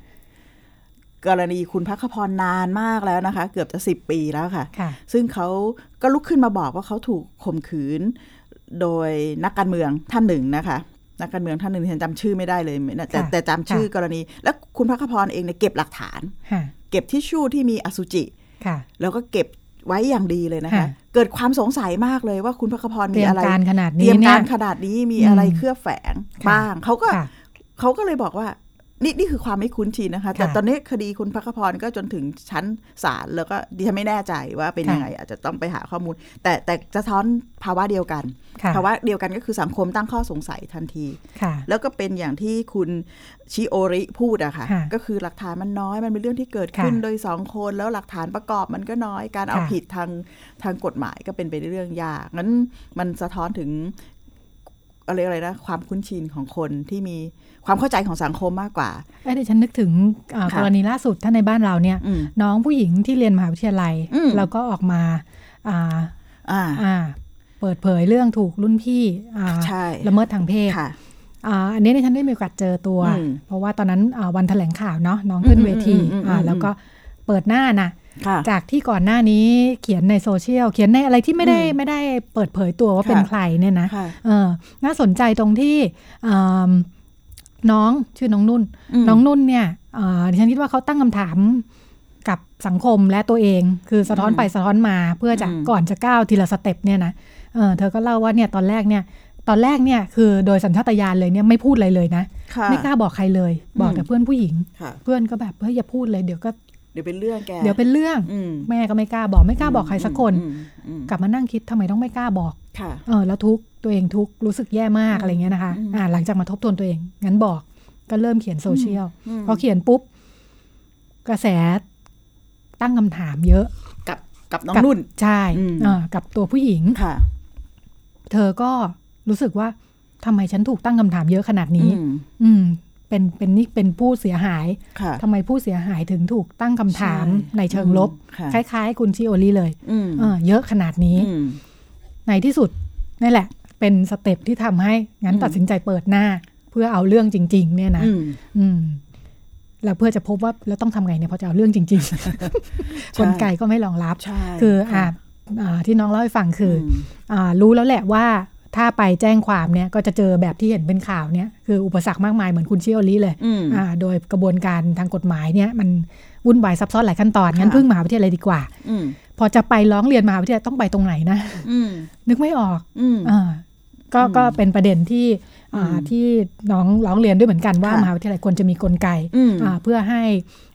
Speaker 3: กรณีคุณพักขพรนานมากแล้วนะคะ เกือบจะสิบปีแล้วค่ะ
Speaker 2: ค่ะ
Speaker 3: ซึ่งเขาก็ลุกขึ้นมาบอกว่าเขาถูกข่มขืน โดยนักการเมืองท่านหนึ่งนะคะ นักการเมืองท่านหนึ่งที่ฉันจำชื่อไม่ได้เลยนะแต่
Speaker 2: ค่ะ
Speaker 3: แต่จำชื่อ
Speaker 2: ค่ะ
Speaker 3: กรณี แล้วคุณพักขพรเองเนี่ยเก็บหลักฐาน
Speaker 2: ค่ะ
Speaker 3: เก็บทิชชู่ที่มีอสุจิ
Speaker 2: ค่ะ
Speaker 3: แล้วก็เก็บไว้อย่างดีเลยนะคะ
Speaker 2: ค่ะ
Speaker 3: เกิดความสงสัยมากเลยว่าคุณพักขพร
Speaker 2: เตรี
Speaker 3: มี
Speaker 2: ยม
Speaker 3: อะไร
Speaker 2: การขนาด
Speaker 3: เต
Speaker 2: นี้
Speaker 3: รียม
Speaker 2: เนี่
Speaker 3: กาย รขนาดนี้มี
Speaker 2: อืม
Speaker 3: อะไรเคลือบแฝง
Speaker 2: ค่ะ
Speaker 3: บ้างเขาก็
Speaker 2: ค่ะ
Speaker 3: เขาก็เลยบอกว่า นี่นี่คือความไม่คุ้นชินนะคะ แต่ตอนนี้คดีคุณพักขพรก็จนถึงชั้นศาลแล้วก็ดิฉันไม่แน่ใจว่าเป็น
Speaker 2: ค่ะ
Speaker 3: ยังไง อาจจะต้องไปหาข้อมูล แต่แต่สะท้อนภาวะเดียวกัน
Speaker 2: ค่ะ
Speaker 3: ภาวะเดียวกันก็คือสังคมตั้งข้อสงสัยทันที
Speaker 2: ค่ะ
Speaker 3: แล้วก็เป็นอย่างที่คุณชิโอริพูดอะค่ะ
Speaker 2: ค่ะ
Speaker 3: ก็คือหลักฐานมันน้อยมันเป็นเรื่องที่เกิด
Speaker 2: ค่ะ
Speaker 3: ขึ้นโดยสองคน แล้วหลักฐานประกอบมันก็น้อยการเอา
Speaker 2: ค่ะ
Speaker 3: ผิดทางทางกฎหมายก็เป็นไปได้เรื่องยากงั้นมันสะท้อนถึงอะไรอะไรนะความคุ้นชินของคนที่มีความเข้าใจของสังคมมากกว่า
Speaker 2: เอ้ยเดี๋ยวฉันนึกถึงอ่า
Speaker 3: ค่ะ
Speaker 2: กรณีล่าสุดถ้าในบ้านเราเนี่ย
Speaker 3: อืม
Speaker 2: น้องผู้หญิงที่เรียนมหาวิทยาลัย
Speaker 3: อืม
Speaker 2: แล้วก็ออกมาอ่า
Speaker 3: อ่า
Speaker 2: อ่า เปิดเผยเรื่องถูกรุ่นพี่อ่า
Speaker 3: ใช่
Speaker 2: ละเมิดทางเพศ
Speaker 3: ค่ะ
Speaker 2: อ่าอันนี้เนี่ยฉันได้มีโอกาสเจอตัว
Speaker 3: อืม
Speaker 2: เพราะว่าตอนนั้นอ่าวันแถลงข่าวเนาะน้องขึ้นเวที
Speaker 3: อืมอืมอืมอืม
Speaker 2: อ่าแล้วก็เปิดหน้านะ
Speaker 3: ค่ะ
Speaker 2: จากที่ก่อนหน้านี้เขียนในโซเชียลเขียนในอะไรที่ไม่ได้
Speaker 3: อืม
Speaker 2: ไม่ได้เปิดเผยตัวว่าเป็น
Speaker 3: ค่ะ
Speaker 2: ใครเนี่ยนะ
Speaker 3: ค่ะ
Speaker 2: เออน่าสนใจตรงที่อืมน้องชื่อน้องนุ่น น้องนุ่นเนี่ยเอ่อดิฉันคิดว่าเขาตั้งคำถามกับสังคมและตัวเอง คือสะท้อนไปสะท้อนมาเพื่อจะ
Speaker 3: อืม
Speaker 2: ก่อนจะก้าวทีละสเต็ปเนี่ยนะเออเธอก็เล่าว่าเนี่ยตอนแรกเนี่ย ตอนแรกเนี่ยคือโดยสัญชาตญาณเลยเนี่ยไม่พูดอะไรเลยนะ
Speaker 3: ค่ะ
Speaker 2: ไม่กล้าบอกใครเลย บอกแต่เพื่อนผู้หญิง
Speaker 3: ค่ะ
Speaker 2: เพื่อนก็แบบเฮ้ยอย่าพูดเลยเดี๋ยวก็
Speaker 3: เดี๋ยวเป็นเรื่องแก
Speaker 2: เดี๋ยวเป็นเรื่อง
Speaker 3: อืม
Speaker 2: แม่ก็ไม่กล้าบอกไม่กล้าบอกใครสักคน
Speaker 3: อืมอืม
Speaker 2: กลับมานั่งคิดทำไมต้องไม่กล้าบอก
Speaker 3: ค่ะ
Speaker 2: เออแล้วทุกข์ตัวเองทุกข์รู้สึกแย่มากอะไรเงี้ยนะคะ
Speaker 3: อืม
Speaker 2: อ่าหลังจากมาทบทวนตัวเอง งั้นบอกก็เริ่มเขียนโซเชียล
Speaker 3: อืม
Speaker 2: พอเขียนปุ๊บ กระแสตั้งคำถามเยอะ
Speaker 3: กับกับน้อง
Speaker 2: กับ
Speaker 3: นุ่น
Speaker 2: ใช่
Speaker 3: อืม
Speaker 2: อ่ากับตัวผู้หญิง
Speaker 3: ค่ะ
Speaker 2: เธอก็รู้สึกว่าทำไมฉันถูกตั้งคำถามเยอะขนาดนี้
Speaker 3: อืม
Speaker 2: อืม เป็นเป็นนี่เป็นผู้เสียหาย
Speaker 3: ค่ะ
Speaker 2: ทำไมผู้เสียหายถึงถูกตั้งคำถาม
Speaker 3: ใช่
Speaker 2: ในเชิงลบ
Speaker 3: อืมค่ะ
Speaker 2: คล้ายๆ คุณชิโอลี่เลย
Speaker 3: อืม
Speaker 2: เออเยอะขนาดนี้
Speaker 3: อืม
Speaker 2: ในที่สุดนี่แหละ เป็นสเต็ปที่ทำให้งั้น
Speaker 3: อืม
Speaker 2: ตัดสินใจเปิดหน้า เพื่อเอาเรื่องจริง ๆ เนี่ยนะ
Speaker 3: อืม
Speaker 2: อืมแล้วเพื่อจะพบว่าแล้วต้องทำไงเนี่ยพอจะเอาเรื่องจริง ๆ กลไกก็ไม่รองรับ
Speaker 3: ใช่
Speaker 2: คืออ่าอ่าที่น้องเล่าให้ฟังคือ
Speaker 3: ม
Speaker 2: อ่ารู้แล้วแหละว่าถ้าไปแจ้งความเนี่ยก็จะเจอแบบที่เห็นเป็นข่าวเนี่ยคืออุปสรรคมากมายเหมือนคุณเชี่ยวลิเลย
Speaker 3: อืม
Speaker 2: อ่าโดยกระบวนการทางกฎหมายเนี่ยมันวุ่นวายซับซ้อนหลายขั้นตอนงั้น
Speaker 3: ค่ะ
Speaker 2: พึ่งมหาวิทยาลัยดีกว่า
Speaker 3: อืม
Speaker 2: พอจะไปร้องเรียนมหาวิทยาลัยต้องไปตรงไหนนะ
Speaker 3: อืม
Speaker 2: นึกไม่ออก
Speaker 3: อืม
Speaker 2: อ่าก็
Speaker 3: อืม
Speaker 2: ก็เป็นประเด็นที่อ่า
Speaker 3: อืม
Speaker 2: ที่น้องร้องเรียนด้วยเหมือนกันว่า
Speaker 3: ค่ะ
Speaker 2: มหาวิทยาลัยควรจะมีกลไก
Speaker 3: อืม
Speaker 2: อ่าเพื่อให้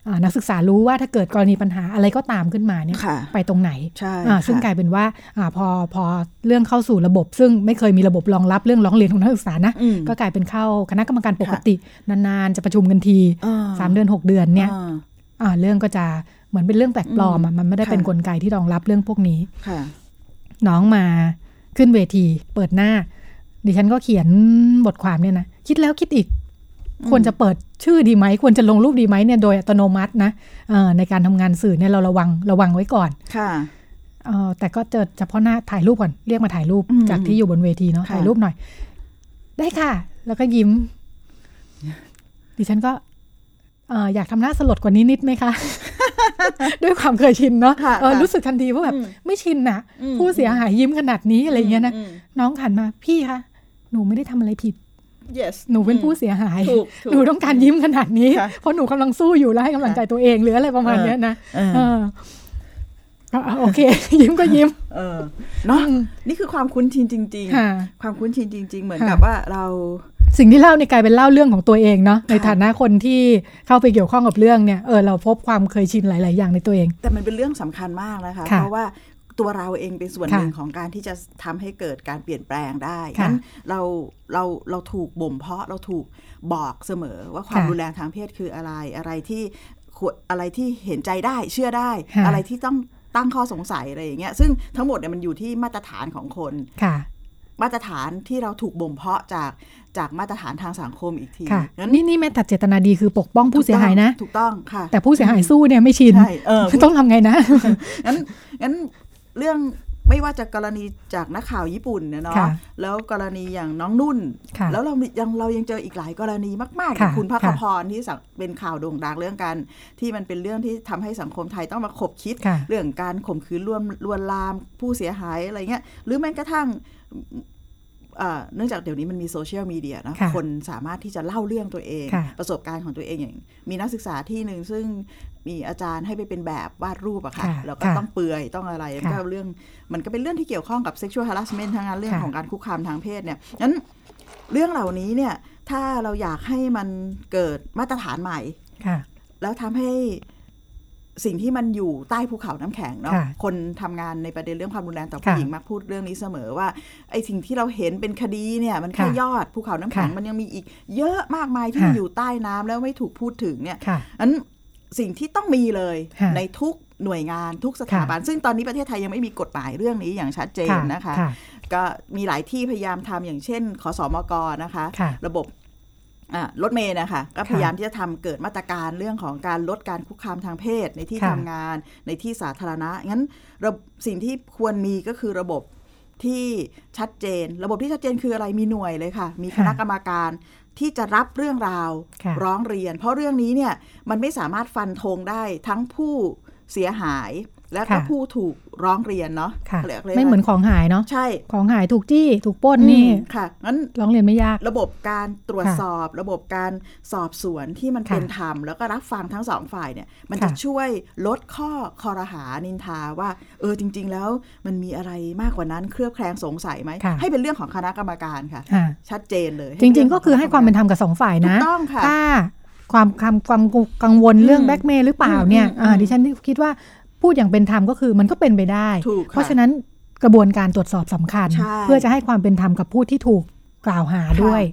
Speaker 2: อ่านักศึกษารู้ว่าถ้าเกิดกรณีปัญหาอะไรก็ตามขึ้นมาเนี่ย
Speaker 3: ค่ะ
Speaker 2: ไปตรงไหน
Speaker 3: ใช่
Speaker 2: อ่าซึ่ง
Speaker 3: ค่ะ
Speaker 2: กลายเป็นว่าอาพอพอเรื่องเข้าสู่ระบบ ซึ่งไม่เคยมีระบบรองรับเรื่องร้องเรียนของนักศึกษานะ
Speaker 3: อืม
Speaker 2: ก็กลายเป็นเข้าคณะกรรมการปกติ นานๆ จะประชุมกันที
Speaker 3: อ่า
Speaker 2: สามเดือนหกเดือนเนี่ย
Speaker 3: อ่า
Speaker 2: อ่าเรื่องก็จะเหมือนเป็นเรื่องแปลกปลอมอะมันไม่ได้
Speaker 3: ค่ะ
Speaker 2: เป็นกลไกที่รองรับเรื่องพวกนี้
Speaker 3: ค่ะ
Speaker 2: น้องมาขึ้นเวที เปิดหน้า ดิฉันก็เขียนบทความเนี่ยนะคิดแล้วคิดอีก
Speaker 3: อืม
Speaker 2: ควรจะเปิดชื่อดีไหมควรจะลงรูปดีไหมเนี่ยโดยอัตโนมัตินะเอ่อในการทำงานสื่อเนี่ยเราระวังระวังไว้ก่อน
Speaker 3: ค่ะ
Speaker 2: เออแต่ก็เจอเฉพาะหน้าถ่ายรูปก่อนเรียกมาถ่ายรูป
Speaker 3: อืม
Speaker 2: จากที่อยู่บนเวทีเนาะ
Speaker 3: ค่ะ
Speaker 2: ถ่ายรูปหน่อย ได้ค่ะ แล้วก็ยิ้ม ดิฉันก็เอออยากทำหน้าสลดกว่านี้นิดไหมคะ <laughs> ด้วยความเคยชินเนาะ
Speaker 3: ค่ะ
Speaker 2: เออ
Speaker 3: ค่ะ
Speaker 2: รู้สึกทันทีว่าแบบ
Speaker 3: อืม
Speaker 2: ไม่ชินน่ะ
Speaker 3: อืม
Speaker 2: ผู้เสียหายยิ้มขนาดนี้อะไรเงี้ยนะ
Speaker 3: อืมอืม
Speaker 2: น้องขันมาพี่คะหนูไม่ได้ทำอะไรผิด
Speaker 3: yes
Speaker 2: หนูเป็นผู้เสียหาย
Speaker 3: ถูกถูก
Speaker 2: หนูต้องการยิ้มขนาดนี้
Speaker 3: ค่ะ
Speaker 2: เพราะหนูกำลังสู้อยู่และให้กำลังใจตัวเองหรืออะไรประมาณเนี้ยนะ
Speaker 3: เออ
Speaker 2: เออก็อ่ะโอเค <laughs> ยิ้มก็ยิ้ม
Speaker 3: เออเนาะนี่คือความคุ้นชินจริง
Speaker 2: ค่ะ
Speaker 3: ๆ ความคุ้นชินจริง ๆ เหมือน
Speaker 2: ค่ะ
Speaker 3: กับว่าเรา
Speaker 2: สิ่งที่เล่าในยกลายเป็นเล่าเรื่องของตัวเองเนาะใน
Speaker 3: ค่ะ
Speaker 2: ฐานะคนที่เข้าไปเกี่ยวข้องกับเรื่องเนี่ยเออเราพบความเคยชินหลาย ๆ อย่างในตัวเอง
Speaker 3: แต่มันเป็นเรื่องสำคัญมากนะคะ
Speaker 2: ค่ะ
Speaker 3: เพราะว่าตัวเราเองเป็นส่วนหนึ่ง
Speaker 2: ค่ะ
Speaker 3: ของการที่จะทำให้เกิดการเปลี่ยนแปลงได้
Speaker 2: ค่ะ
Speaker 3: นั้นเราเราเราถูกบ่มเพาะเราถูกบอกเสมอว่าความ
Speaker 2: ค่ะ
Speaker 3: รุนแรงทางเพศคืออะไรอะไรที่ควรอะไรที่เห็นใจได้เชื่อได้
Speaker 2: ค่ะ
Speaker 3: อะไรที่ต้องตั้งข้อสงสัยอะไรอย่างเงี้ยซึ่งทั้งหมดเนี่ยมันอยู่ที่มาตรฐานของคน
Speaker 2: ค่ะ
Speaker 3: มาตรฐานที่เราถูกบ่มเพาะจากจากมาตรฐานทางสังคมอีกที
Speaker 2: ค่ะ
Speaker 3: งั้
Speaker 2: นี่นี่แม้แต่เจตนาดีคือปกป้องผู้เสียหายนะ
Speaker 3: ถูกต้องค่ะ
Speaker 2: แต่ผู้เสียหายสู้เนี่ยไม่ชิน
Speaker 3: ใช่เออ
Speaker 2: ต้องทำไงนะ
Speaker 3: งั้นงั้นเรื่องไม่ว่าจะกรณีจากนักข่าวญี่ปุ่นเนี่ยเนาะ
Speaker 2: ค่ะ
Speaker 3: แล้วกรณีอย่างน้องนุ่น
Speaker 2: ค่ะ
Speaker 3: แล้วเรายังเรายังเจออีกหลายกรณีมากๆอ
Speaker 2: ค่ะ
Speaker 3: ย่างคุณพักข
Speaker 2: ค่ะ
Speaker 3: พรที่สังเป็นข่าวโด่งดังเรื่องการที่มันเป็นเรื่องที่ทำให้สังคมไทยต้องมาขบคิด
Speaker 2: ค่ะ
Speaker 3: เรื่องการข่มขืนลวนลวนลามผู้เสียหายอะไรเงี้ยหรือแม้กระทั่งเอ่อเนื่องจากเดี๋ยวนี้มันมีโซเชียลมีเดียนะ
Speaker 2: ค่ะ
Speaker 3: คนสามารถที่จะเล่าเรื่องตัวเอง
Speaker 2: ค่ะ
Speaker 3: ประสบการณ์ของตัวเองอย่าง มีนักศึกษาที่หนึ่งซึ่งมีอาจารย์ให้ไปเป็นแบบวาดรูปอะค่ะ
Speaker 2: ค่ะ
Speaker 3: แล้วก็
Speaker 2: ค่ะ
Speaker 3: ต้องเปลือยต้องอะไรมันก็เรื่องมันก็เป็นเรื่องที่เกี่ยวข้องกับ sexual harassment ทั้งนั้นเรื่อง
Speaker 2: ค่ะ
Speaker 3: ของการคุกคามทางเพศเนี่ยนั้นเรื่องเหล่านี้เนี่ยถ้าเราอยากให้มันเกิดมาตรฐานใหม่
Speaker 2: ค่ะ
Speaker 3: แล้วทำให้สิ่งที่มันอยู่ใต้ภูเขาน้ำแข็งเนาะ
Speaker 2: ค่ะ
Speaker 3: คนทำงานในประเด็นเรื่องความรุนแรงต่อผู้
Speaker 2: ค่ะ
Speaker 3: หญิงมักพูดเรื่องนี้เสมอว่าไอ้สิ่งที่เราเห็นเป็นคดีเนี่ย มันแค่
Speaker 2: ค่ะ
Speaker 3: ยอดภูเขาน้ำแข็ง
Speaker 2: ค่ะ
Speaker 3: มันยังมีอีกเยอะมากมายที่
Speaker 2: ค่ะ
Speaker 3: อยู่ใต้น้ำแล้วไม่ถูกพูดถึงเนี่ย
Speaker 2: ค่ะ
Speaker 3: อันสิ่งที่ต้องมีเลย
Speaker 2: ค่ะ
Speaker 3: ในทุกหน่วยงานทุกสถาบัน ซึ่งตอนนี้ประเทศไทยยังไม่มีกฎหมายเรื่องนี้อย่างชัดเจนนะคะ ก็มีหลายที่พยายามทำอย่างเช่นขอสอมกนะคะ
Speaker 2: ค่ะ
Speaker 3: ระบบอ่ารถเมย์นะคะก็
Speaker 2: ค่ะ
Speaker 3: พยายามที่จะทำเกิดมาตรการเรื่องของการลดการคุกคามทางเพศ ในที่
Speaker 2: ค่ะ
Speaker 3: ทำงานในที่สาธารณะงั้นระสิ่งที่ควรมีก็คือระบบที่ชัดเจน ระบบที่ชัดเจนคืออะไรมีหน่วยเลยค่ะ มีคณะ
Speaker 2: ค่ะ
Speaker 3: กรรมการที่จะรับเรื่องราว
Speaker 2: ค่ะ
Speaker 3: ร้องเรียน เพราะเรื่องนี้เนี่ยมันไม่สามารถฟันธงได้ทั้งผู้เสียหาย และก็ผู้ถูกร้องเรียนเนาะ
Speaker 2: ค่ะ
Speaker 3: รียกลย
Speaker 2: ไม่เหมือนของหายเนาะ
Speaker 3: ใช่
Speaker 2: ของหายถูกจี้ถูกปล้นนี่
Speaker 3: อืมค่ะงั้น
Speaker 2: ร้องเรียนไม่ยาก
Speaker 3: ระบบการตรวจ
Speaker 2: ค่ะ
Speaker 3: สอบ ระบบการสอบสวนที่มัน
Speaker 2: ค่ะ
Speaker 3: เป็นธรรมแล้วก็รับฟังทั้งสองฝ่ายเนี่ย มันจะ
Speaker 2: ค่ะ
Speaker 3: ช่วยลดข้อคอรหานินทาว่า เออจริง ๆ แล้วมันมีอะไรมากกว่านั้นเครือบแคลงสงสัยไหม
Speaker 2: ค่ะ
Speaker 3: ให้เป็นเรื่องของคณะกรรมการค่ะ
Speaker 2: ค่ะ
Speaker 3: ชัดเจนเลย
Speaker 2: จริง ๆ ก็คือให้ความเป็นธรรมกับสองฝ่าย
Speaker 3: ถู
Speaker 2: นะ
Speaker 3: กต้องค่ะ
Speaker 2: ถ้าความความความกังวลเรื่อง
Speaker 3: อืม
Speaker 2: แบ็กเมย์หรือเปล่าเนี่ย
Speaker 3: อืมอืม
Speaker 2: อ่าดิฉันคิดว่าพูดอย่างเป็นธรรมก็คือมันก็เป็นไปได้
Speaker 3: ถูกค่ะ
Speaker 2: เพราะฉะนั้นกระบวนการตรวจสอบสำคัญ
Speaker 3: ใช่
Speaker 2: เพื่อจะให้ความเป็นธรรมกับผู้ที่ถูกกล่าวหาด้วย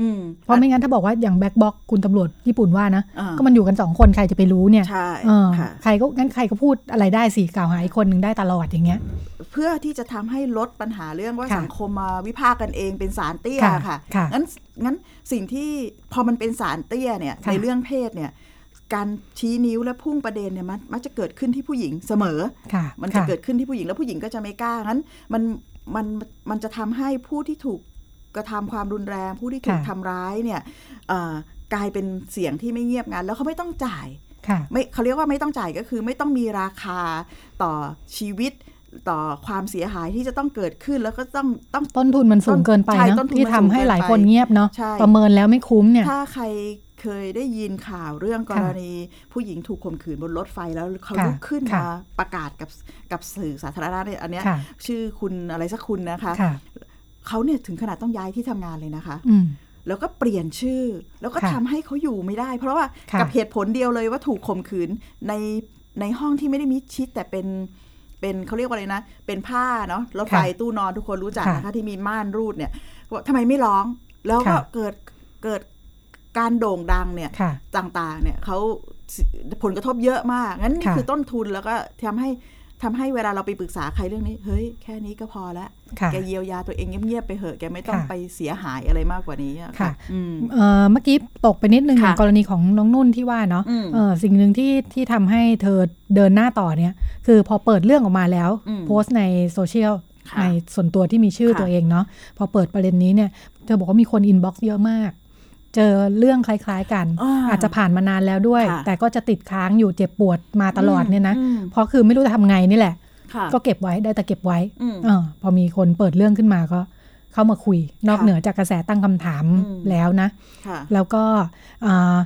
Speaker 3: อืม
Speaker 2: เพราะไม่งั้นถ้าบอกว่าอย่างแบ็กบ็อกคุณตำรวจญี่ปุ่นว่านะ
Speaker 3: อ่า
Speaker 2: ก็มันอยู่กันสองคนใครจะไปรู้เนี่ย
Speaker 3: ใช่
Speaker 2: เออ
Speaker 3: ค่ะ
Speaker 2: ใครก็งั้นใครก็พูดอะไรได้สิกล่าวหาอีกคนหนึ่งได้ตลอดอย่างเงี้ย
Speaker 3: เพื่อที่จะทำให้ลดปัญหาเรื่องว่า
Speaker 2: ค่ะ
Speaker 3: สังคมมาวิพากษ์กันเองเป็นสารเตี้ย
Speaker 2: ค่ะ
Speaker 3: ค่ะ
Speaker 2: ค่ะ
Speaker 3: งั้นงั้นสิ่งที่พอมันเป็นสารเตี้ยเนี่ย
Speaker 2: ค่ะ
Speaker 3: ในเรื่องเพศเนี่ยการชี้นิ้วและพุ่งประเด็นเนี่ยมันมักจะเกิดขึ้นที่ผู้หญิงเสมอ
Speaker 2: ค่ะ
Speaker 3: มันจะ
Speaker 2: ค่ะ
Speaker 3: เกิดขึ้นที่ผู้หญิงแล้วผู้หญิงก็จะไม่กล้างั้นมันมันมันจะทำให้ผู้ที่ถูกกระทำความรุนแรง ผู้ที่ถูก
Speaker 2: ค่ะ
Speaker 3: ทำร้ายเนี่ยเอ่อกลายเป็นเสียงที่ไม่เงียบงันแล้วเขาไม่ต้องจ่าย
Speaker 2: ค่ะ
Speaker 3: ไม่เขาเรียกว่าไม่ต้องจ่ายก็คือไม่ต้องมีราคาต่อชีวิตต่อความเสียหายที่จะต้องเกิดขึ้นแล้วก็ต้องต้อง
Speaker 2: ต้นทุนมันสูงเกินไป
Speaker 3: ใช่
Speaker 2: เนอะ
Speaker 3: ต้นทุน
Speaker 2: ที่
Speaker 3: มัน
Speaker 2: ทำให้หลายคนเงียบเนาะ
Speaker 3: ใช่
Speaker 2: ประเมินแล้วไม่คุ้มเนี่ย
Speaker 3: ถ้าใครเคยได้ยินข่าวเรื่องกรณีผู้หญิงถูกข่มขืนบนรถไฟแล้วเขา
Speaker 2: ค่ะ
Speaker 3: ลุกขึ้น
Speaker 2: ค่ะ
Speaker 3: มาประกาศกับกับสื่อสาธารณะเนี่ยอันเนี้ย
Speaker 2: ค่ะ
Speaker 3: ชื่อคุณอะไรสักคุณนะคะ
Speaker 2: ค่ะ
Speaker 3: เขาเนี่ยถึงขนาดต้องย้ายที่ทำงานเลยนะคะ
Speaker 2: อืม
Speaker 3: แล้วก็เปลี่ยนชื่อ แล้วก็
Speaker 2: ค่ะ
Speaker 3: ทำให้เขาอยู่ไม่ได้ เพราะว่า
Speaker 2: ค่ะ
Speaker 3: กับเหตุผลเดียวเลยว่าถูกข่มขืนในในห้องที่ไม่ได้มิดชิด แต่เป็นเป็นเขาเรียกว่าอะไรนะ เป็นผ้าเนาะรถไฟ
Speaker 2: ค่ะ
Speaker 3: ตู้นอนทุกคนรู้จัก
Speaker 2: ค่ะ
Speaker 3: นะคะที่มีม่านรูดเนี่ยบอกทำไมไม่ร้อง แล้วก็
Speaker 2: ค่ะ
Speaker 3: เกิดเกิดการโด่งดังเนี่ย
Speaker 2: ค่ะ
Speaker 3: ต่างๆ เนี่ยเขาสิผลกระทบเยอะมาก งั้นนี่
Speaker 2: ค่ะ
Speaker 3: คือต้นทุนแล้วก็ทำให้ทำให้เวลาเราไปปรึกษาใครเรื่องนี้ เฮ้ย แค่นี้ก็พอละ
Speaker 2: ค่ะ
Speaker 3: แกเยียวยาตัวเองเงียบๆไปเหอะแกไม่ต้อง
Speaker 2: ค่ะ
Speaker 3: ไปเสียหายอะไรมากกว่านี้อ
Speaker 2: ค่ะ
Speaker 3: อืม
Speaker 2: เอ่อเมื่อกี้ตกไปนิดนึง
Speaker 3: ค่ะ
Speaker 2: อย่างกรณีของน้องนุ่นที่ว่าเนาะ
Speaker 3: อืม
Speaker 2: เอ่อสิ่งหนึ่งที่ที่ทำให้เธอเดินหน้าต่อเนี่ย คือพอเปิดเรื่องออกมาแล้ว
Speaker 3: อืม
Speaker 2: โพสต์ในโซเชียล
Speaker 3: ค่ะ
Speaker 2: ในส่วนตัวที่มีชื่อ
Speaker 3: ค่ะ
Speaker 2: ตัวเองเนาะพอเปิดประเด็นนี้เนี่ย เธอบอกว่ามีคนอินบ็อกซ์เยอะมาก เจอเรื่องคล้าย ๆ กัน อาจจะผ่านมานานแล้วด้วย
Speaker 3: ค่ะ
Speaker 2: แต่ก็จะติดค้างอยู่เจ็บปวดมาตลอดเนี่ยนะ
Speaker 3: อืม
Speaker 2: เพราะคือไม่รู้จะทำไงนี่แหละ
Speaker 3: ค่ะ
Speaker 2: ก็เก็บไว้ได้แต่เก็บไว้
Speaker 3: อืม
Speaker 2: เออพอมีคนเปิดเรื่องขึ้นมาก็เข้ามาคุย นอก
Speaker 3: ค่ะ
Speaker 2: เหนือจากกระแสตั้งคำถาม
Speaker 3: อืม
Speaker 2: แล้วนะ
Speaker 3: ค่ะ
Speaker 2: แล้วก็อ่า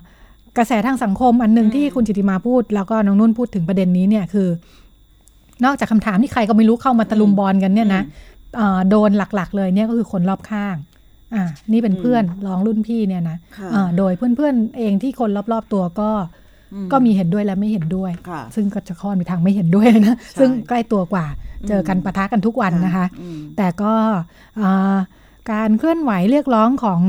Speaker 2: กระแสทางสังคมอันหนึ่ง
Speaker 3: อืม
Speaker 2: ที่คุณจิติมาพูด แล้วก็น้องนุ่นพูดถึงประเด็นนี้เนี่ยคือ นอกจากคำถามที่ใครก็ไม่รู้เข้ามาตะลุมบอลกันเนี่ยนะเอ่อโดนหลักๆ เลยเนี่ยก็คือคนรอบข้างอ่านี่เป็นเพื่อนร้องรุ่นพี่เนี่ยนะ
Speaker 3: ค่ะ
Speaker 2: เอ่อโดยเพื่อนๆเองที่คนรอบๆตัวก็
Speaker 3: อืม
Speaker 2: ก็มีเห็นด้วยและไม่เห็นด้วย
Speaker 3: ค่ะ
Speaker 2: ซึ่งก็จะค่อนไปทางไม่เห็นด้วยนะ
Speaker 3: ใช่
Speaker 2: ซึ่งใกล้ตัวกว่า เจอกัน
Speaker 3: อืม
Speaker 2: ปะทะกันทุกวันนะคะ
Speaker 3: อืม
Speaker 2: แต่ก็อ่าการเคลื่อนไหวเรียกร้องของ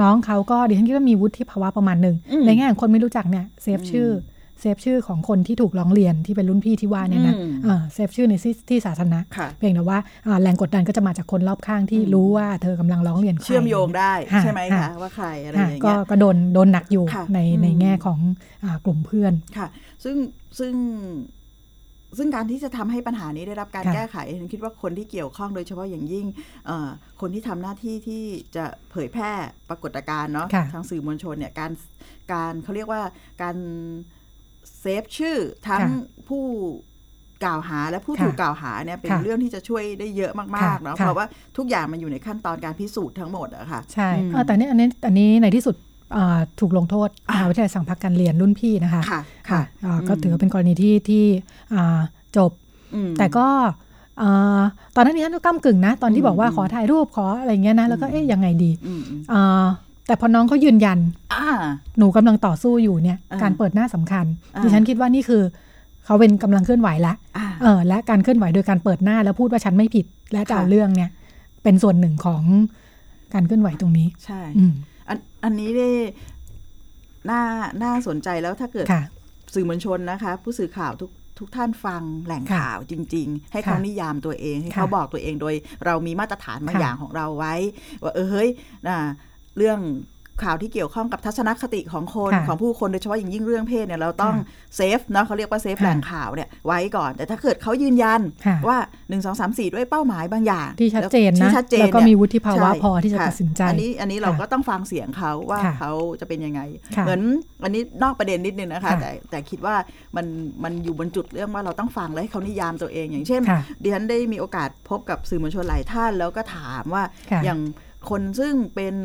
Speaker 2: น้องเขาก็ดิฉันคิดว่ามีวุฒิภาวะประมาณหนึ่ง
Speaker 3: อืม
Speaker 2: ในแง่ของคนไม่รู้จักเนี่ยเซฟชื่อเซฟชื่อของคนที่ถูกร้องเรียนที่เป็นรุ่นพี่ที่ว่าเนี่ยนะ
Speaker 3: อืม
Speaker 2: อ่าเซฟชื่อในที่ที่สาธารณะ
Speaker 3: ค่ะ
Speaker 2: เพียงแต่ว่าอ่าแรงกดดันก็จะมาจากคนรอบข้างที่
Speaker 3: อืม
Speaker 2: รู้ว่าเธอกำลังร้องเรียนใคร
Speaker 3: เชื่อมโยงได้
Speaker 2: ค่ะ
Speaker 3: ใช่ไหมคะว่าใครอะไรอ
Speaker 2: ค่ะ
Speaker 3: ย่าง
Speaker 2: ก็
Speaker 3: เงี้ย
Speaker 2: ก็โดนโดนหนักอยู่
Speaker 3: ค่ะ
Speaker 2: ใน
Speaker 3: อืม
Speaker 2: ในแง่ของอ่ากลุ่มเพื่อน
Speaker 3: ค่ะ ซึ่งซึ่งซึ่งการที่จะทำให้ปัญหานี้ได้รับการ
Speaker 2: ค่ะ
Speaker 3: แก้ไขฉันคิดว่าคนที่เกี่ยวข้องโดยเฉพาะอย่างยิ่งเอ่อคนที่ทำหน้าที่ที่จะเผยแพร่ปรากฏการณ์เนาะ
Speaker 2: ค่ะ
Speaker 3: ทางสื่อมวลชนเนี่ยการการเขาเรียกว่าการเซฟชื่อทั้ง
Speaker 2: ค่ะ
Speaker 3: ผู้กล่าวหาและผู้
Speaker 2: ค่ะ
Speaker 3: ถูกกล่าวหาเนี่ยเป็น
Speaker 2: ค่ะ
Speaker 3: เรื่องที่จะช่วยได้เยอะมาก
Speaker 2: ค่ะ
Speaker 3: ๆเนาะ
Speaker 2: ค่ะ
Speaker 3: เพราะว่าทุกอย่างมันอยู่ในขั้นตอนการพิสูจน์ทั้งหมดอะค่ะ
Speaker 2: ใช่
Speaker 3: อืม
Speaker 2: เออแต่เนี่ยอันนี้อันนี้ในที่สุดอ่าถูกลงโทษมหาวิทยาลัยสั่งพักการเรียนรุ่นพี่นะคะ
Speaker 3: ค่ะ
Speaker 2: ค่ะอ่าก็
Speaker 3: ม
Speaker 2: ถือว่าเป็นกรณีที่ที่อ่าจบ
Speaker 3: ม
Speaker 2: แต่ก็อ่าตอนนั้นนี่ท่านก็ก้ากึ่งนะ ตอนที่
Speaker 3: อืม
Speaker 2: บอกว่า
Speaker 3: อืม
Speaker 2: ขอถ่ายรูปขออะไรอย่างเงี้ยนะ แล้วก็
Speaker 3: อืม
Speaker 2: เอ๊ยยังไงดี
Speaker 3: อืมอืม
Speaker 2: อ่าแต่พอน้องเขายืนยัน
Speaker 3: อ่า
Speaker 2: หนูกำลังต่อสู้อยู่เนี่ย
Speaker 3: อ่า
Speaker 2: การเปิดหน้าสำคัญ
Speaker 3: อ่า
Speaker 2: ดิฉันคิดว่านี่คือ เขาเป็นกำลังเคลื่อนไหวละ
Speaker 3: อ่า
Speaker 2: เออและการเคลื่อนไหวโดยการเปิดหน้าแล้วพูดว่าฉันไม่ผิด และจะเอา
Speaker 3: ค่ะ
Speaker 2: เรื่องเนี่ย เป็นส่วนหนึ่งของการเคลื่อนไหวตรงนี้
Speaker 3: ใช่
Speaker 2: อืม
Speaker 3: อันอันนี้ได้น่าน่าสนใจแล้วถ้าเกิด
Speaker 2: ค่ะ
Speaker 3: สื่อมวลชนนะคะ ผู้สื่อข่าวทุกทุกท่านฟังแหล่ง
Speaker 2: ค่ะ
Speaker 3: ข่าวจริง ๆ ให้เขา
Speaker 2: ค่ะ
Speaker 3: นิยามตัวเอง ให้
Speaker 2: ค่ะ
Speaker 3: เขาบอกตัวเองโดยเรามีมาตรฐานบาง
Speaker 2: ค่ะ
Speaker 3: อย่างของเราไว้ ว่าเออเฮ้ยน่ะเรื่อง ข่าวที่เกี่ยวข้องกับทัศนคติของคน
Speaker 2: ค่ะ
Speaker 3: ของผู้คนโดยเฉพาะอย่างยิ่งเรื่องเพศเนี่ยเราต้องเซฟเนาะเขาเรียกว่าเซฟแหล่งข่าวเนี่ยไว้ก่อน แต่ถ้าเกิดเขายืนยัน
Speaker 2: ค่ะ
Speaker 3: ว่า 1 2 3 4 ด้วยเป้าหมายบางอย่าง
Speaker 2: ที่ชัดเจนนะ
Speaker 3: ที่ชัดเจน
Speaker 2: แล้วก็
Speaker 3: เนี่ย
Speaker 2: มีวุฒิภาวะ
Speaker 3: ใช่
Speaker 2: พอที่จะ
Speaker 3: ค่
Speaker 2: ตัดสินใจ
Speaker 3: อันนี้อันนี้เราก็ต้องฟังเสียงเขาว่า
Speaker 2: ค่ะ
Speaker 3: เขาจะเป็นยังไง
Speaker 2: ค่ะ
Speaker 3: เหมือนอันนี้นอกประเด็นนิดนึงนะคะ
Speaker 2: ค่ะ
Speaker 3: แต่แต่คิดว่ามันมันอยู่บนจุดเรื่องว่าเราต้องฟังและให้เขานิยามตัวเอง อย่างเช่น
Speaker 2: ค่ะ
Speaker 3: ดิฉันได้มีโอกาสพบกับสื่อมวลชนหลายท่าน แล้วก็ถามว่า
Speaker 2: ค่ะ
Speaker 3: อย่างคนซึ่งเป็น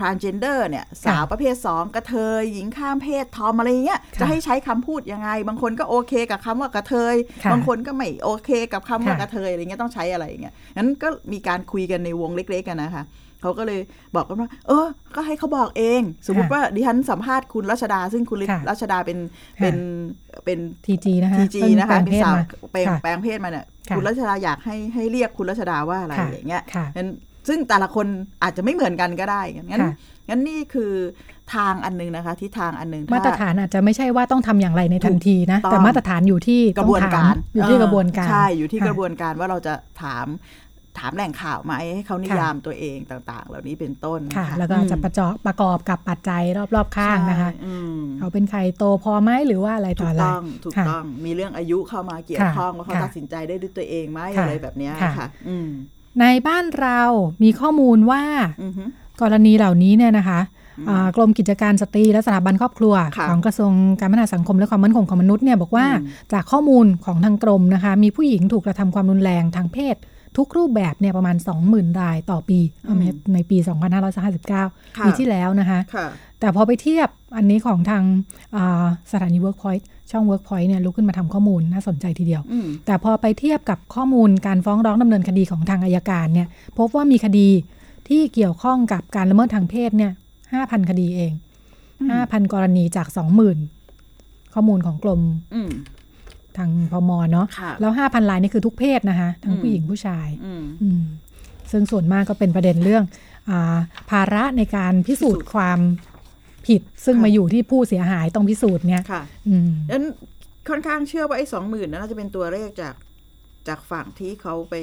Speaker 3: transgender เนี่ย สาวประเภท 2 กระเทย หญิงข้ามเพศทอมอะไรเงี้ย
Speaker 2: ค่ะ
Speaker 3: จะให้ใช้คำพูดยังไง บางคนก็โอเคกับคำว่ากระเทย
Speaker 2: ค่ะ
Speaker 3: บางคนก็ไม่โอเคกับคำว่า
Speaker 2: ค่ะ
Speaker 3: กระเทยอะไรเงี้ยต้องใช้อะไรอย่างเงี้ยงั้นก็มีการคุยกันในวงเล็กๆกันนะคะ เขาก็เลยบอกกันว่า เออ ก็ให้เขาบอกเอง สมมติ
Speaker 2: ค่ะ
Speaker 3: ว่าดิฉันสัมภาษณ์คุณรัชดา ซึ่งคุณ
Speaker 2: ค่ะ
Speaker 3: รัชดาเป็นเป็นเป็น
Speaker 2: ทีจีนะคะ
Speaker 3: ทีจี
Speaker 2: เพิ่ง
Speaker 3: นะคะ เป็
Speaker 2: แปลง
Speaker 3: น
Speaker 2: เพศ
Speaker 3: สาว
Speaker 2: มา
Speaker 3: แปลง
Speaker 2: ค่ะ
Speaker 3: แปลงเพศมาเนี่ย
Speaker 2: ค่ะ
Speaker 3: คุณรัชดาอยากให้ให้เรียกคุณรัชดาว่าอะไร
Speaker 2: ค่ะ
Speaker 3: อย่างเงี้ย
Speaker 2: ค่ะ
Speaker 3: งั้นซึ่งแต่ละคนอาจจะไม่เหมือนกันก็ได้งั้น
Speaker 2: ค่ะ
Speaker 3: งั้นนี่คือทางอันนึงนะคะทิศทางอันนึงถ้
Speaker 2: มาตรฐานอาจจะไม่ใช่ว่าต้องทำอย่างไรในทันทีนะ
Speaker 3: ถูกต้อง
Speaker 2: แต่มาตรฐานอยู่ที่
Speaker 3: ก
Speaker 2: ต้อ
Speaker 3: ระ
Speaker 2: ง
Speaker 3: บวน
Speaker 2: ถม
Speaker 3: การ
Speaker 2: อยู่ที่
Speaker 3: เ
Speaker 2: กระบวนการ
Speaker 3: ใช่อยู่ที่
Speaker 2: ค่ะ
Speaker 3: กระบวนการว่าเราจะถามถามแหล่งข่าวไหมให้เขานิ
Speaker 2: ค่ะ
Speaker 3: ยามตัวเองต่างๆ เหล่านี้เป็นต้นน
Speaker 2: ค่ะ แล้วก็อาจจะ
Speaker 3: อืม
Speaker 2: ประจอบประกอบกับปัจจัยรอบๆข้างนะคะ
Speaker 3: ใช่อืม
Speaker 2: เขาเป็นใครโตพอไหมหรือว่าอะไรต่
Speaker 3: ถู
Speaker 2: อก อะไร
Speaker 3: ต้องถูก
Speaker 2: ค่ะ
Speaker 3: ต้องมีเรื่องอายุเข้ามาเกี่ยว
Speaker 2: ค่ะ
Speaker 3: ข้องว่าเขา
Speaker 2: ค่ะ
Speaker 3: ตัดสินใจได้ด้วยตัวเองไหม
Speaker 2: ค่ะ
Speaker 3: อะไรแบบเนี้ย
Speaker 2: ค่ะ
Speaker 3: ค่ะ อืม
Speaker 2: ในบ้านเรามีข้อมูลว่า
Speaker 3: อือฮึ
Speaker 2: กรณีเหล่านี้เนี่ยนะคะอ่ากรมกิจการสตรีและสถาบันครอบครัว
Speaker 3: ค่ะ
Speaker 2: ของกระทรวงการพัฒนาสังคมและความมั่นคงของมนุษย์เนี่ยบอกว่า
Speaker 3: อืม
Speaker 2: จากข้อมูลของทางกรมนะคะ มีผู้หญิงถูกกระทำความรุนแรงทางเพศ ทุกรูปแบบเนี่ยประมาณ 20,000 รายต่อปีเอาไหมในปี 2559ปีที่แล้วนะคะ
Speaker 3: ค่ะ
Speaker 2: แต่พอไปเทียบอันนี้ของทางอ่าสถานี Workpoint ช่อง Workpoint เนี่ยลุกขึ้นมาทำข้อมูลน่าสนใจทีเดียว
Speaker 3: อืม
Speaker 2: แต่พอไปเทียบกับข้อมูลการฟ้องร้องดำเนินคดีของทางอายการเนี่ยพบว่ามีคดีที่เกี่ยวข้องกับการละเมิดทางเพศเนี่ย5,000 คดีเอง
Speaker 3: อืม
Speaker 2: 5,000 กรณีจาก 20,000 ข้อมูลของกลม
Speaker 3: อืม
Speaker 2: ทางพมเนาะ
Speaker 3: ค่ะ
Speaker 2: แล้ว 5,000 รายนี่คือทุกเพศนะคะทั้ง
Speaker 3: อืม
Speaker 2: ผู้หญิงผู้ชาย
Speaker 3: อืม
Speaker 2: อืมซึ่งส่วนมากก็เป็นประเด็นเรื่องอาภาระในการพิสูจน์ความผิด ซึ่ง
Speaker 3: ค่ะ
Speaker 2: มาอยู่ที่ผู้เสียหายต้องพิสูจน์เนี่ย
Speaker 3: ค่ะ
Speaker 2: อืม
Speaker 3: งั้นค่อนข้างเชื่อว่าไอ้สองหมื่นน่าจะเป็นตัวเลขจากจากฝั่งที่เขาไป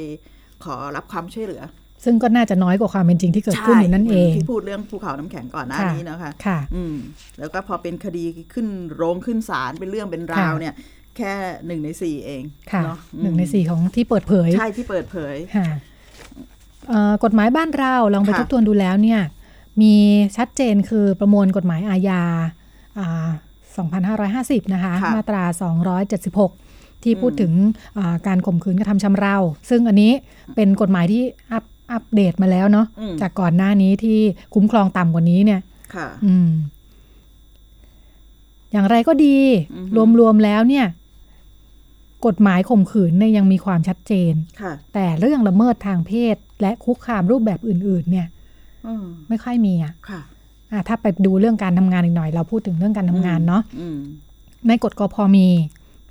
Speaker 3: ขอรับความช่วยเหลือ
Speaker 2: ซึ่งก็น่าจะน้อยกว่าความเป็นจริงที่เกิดขึ้นอยู่นั่นเอง
Speaker 3: ที่พูดเรื่องภูเขาน้ำแข็งก่อนหน้า
Speaker 2: ค่ะ
Speaker 3: นี้นะคะ
Speaker 2: ค่ะ
Speaker 3: อืมแล้วก็พอเป็นคดีขึ้นโรงขึ้นศาลเป็นเรื่องเป็นราว
Speaker 2: ค่ะ
Speaker 3: เนี่ย แค่หนึ่งในสี่เอง
Speaker 2: ค่ะ
Speaker 3: เนาะอืม
Speaker 2: หนึ่งในสี่ของที่เปิดเผย
Speaker 3: ใช่ที่เปิดเผย
Speaker 2: ค่ะเอ่อกฎหมายบ้านเราลองไป
Speaker 3: ค่ะ
Speaker 2: ทบทวนดูแล้วเนี่ย มีชัดเจนคือประมวลกฎหมายอาญาอ่า2550 นะคะ
Speaker 3: ค่ะ
Speaker 2: มาตรา 276 ที่พูด
Speaker 3: อืม
Speaker 2: ถึงอ่าการข่มขืนกระทำชำเรา ซึ่งอันนี้เป็นกฎหมายที่อัปอัปเดตมาแล้วเนาะ
Speaker 3: อืม
Speaker 2: จากก่อนหน้านี้ที่คุ้มครองต่ำกว่านี้เนี่ย
Speaker 3: ค่ะ
Speaker 2: อืม อย่างไรก็ดี
Speaker 3: อือฮึ
Speaker 2: รวมๆแล้วเนี่ย กฎหมายข่มขืนเนี่ยยังมีความชัดเจน
Speaker 3: ค่ะ
Speaker 2: แต่เรื่องละเมิดทางเพศ และคุกคามรูปแบบอื่น ๆ เนี่ย
Speaker 3: อืม
Speaker 2: ไม่ค่อยมีอะ
Speaker 3: ค่ะ
Speaker 2: อ่ะถ้าไปดูเรื่องการทำงานอีกหน่อย เราพูดถึงเรื่องการทำงานเนาะ
Speaker 3: อืม
Speaker 2: ในกฎกพมี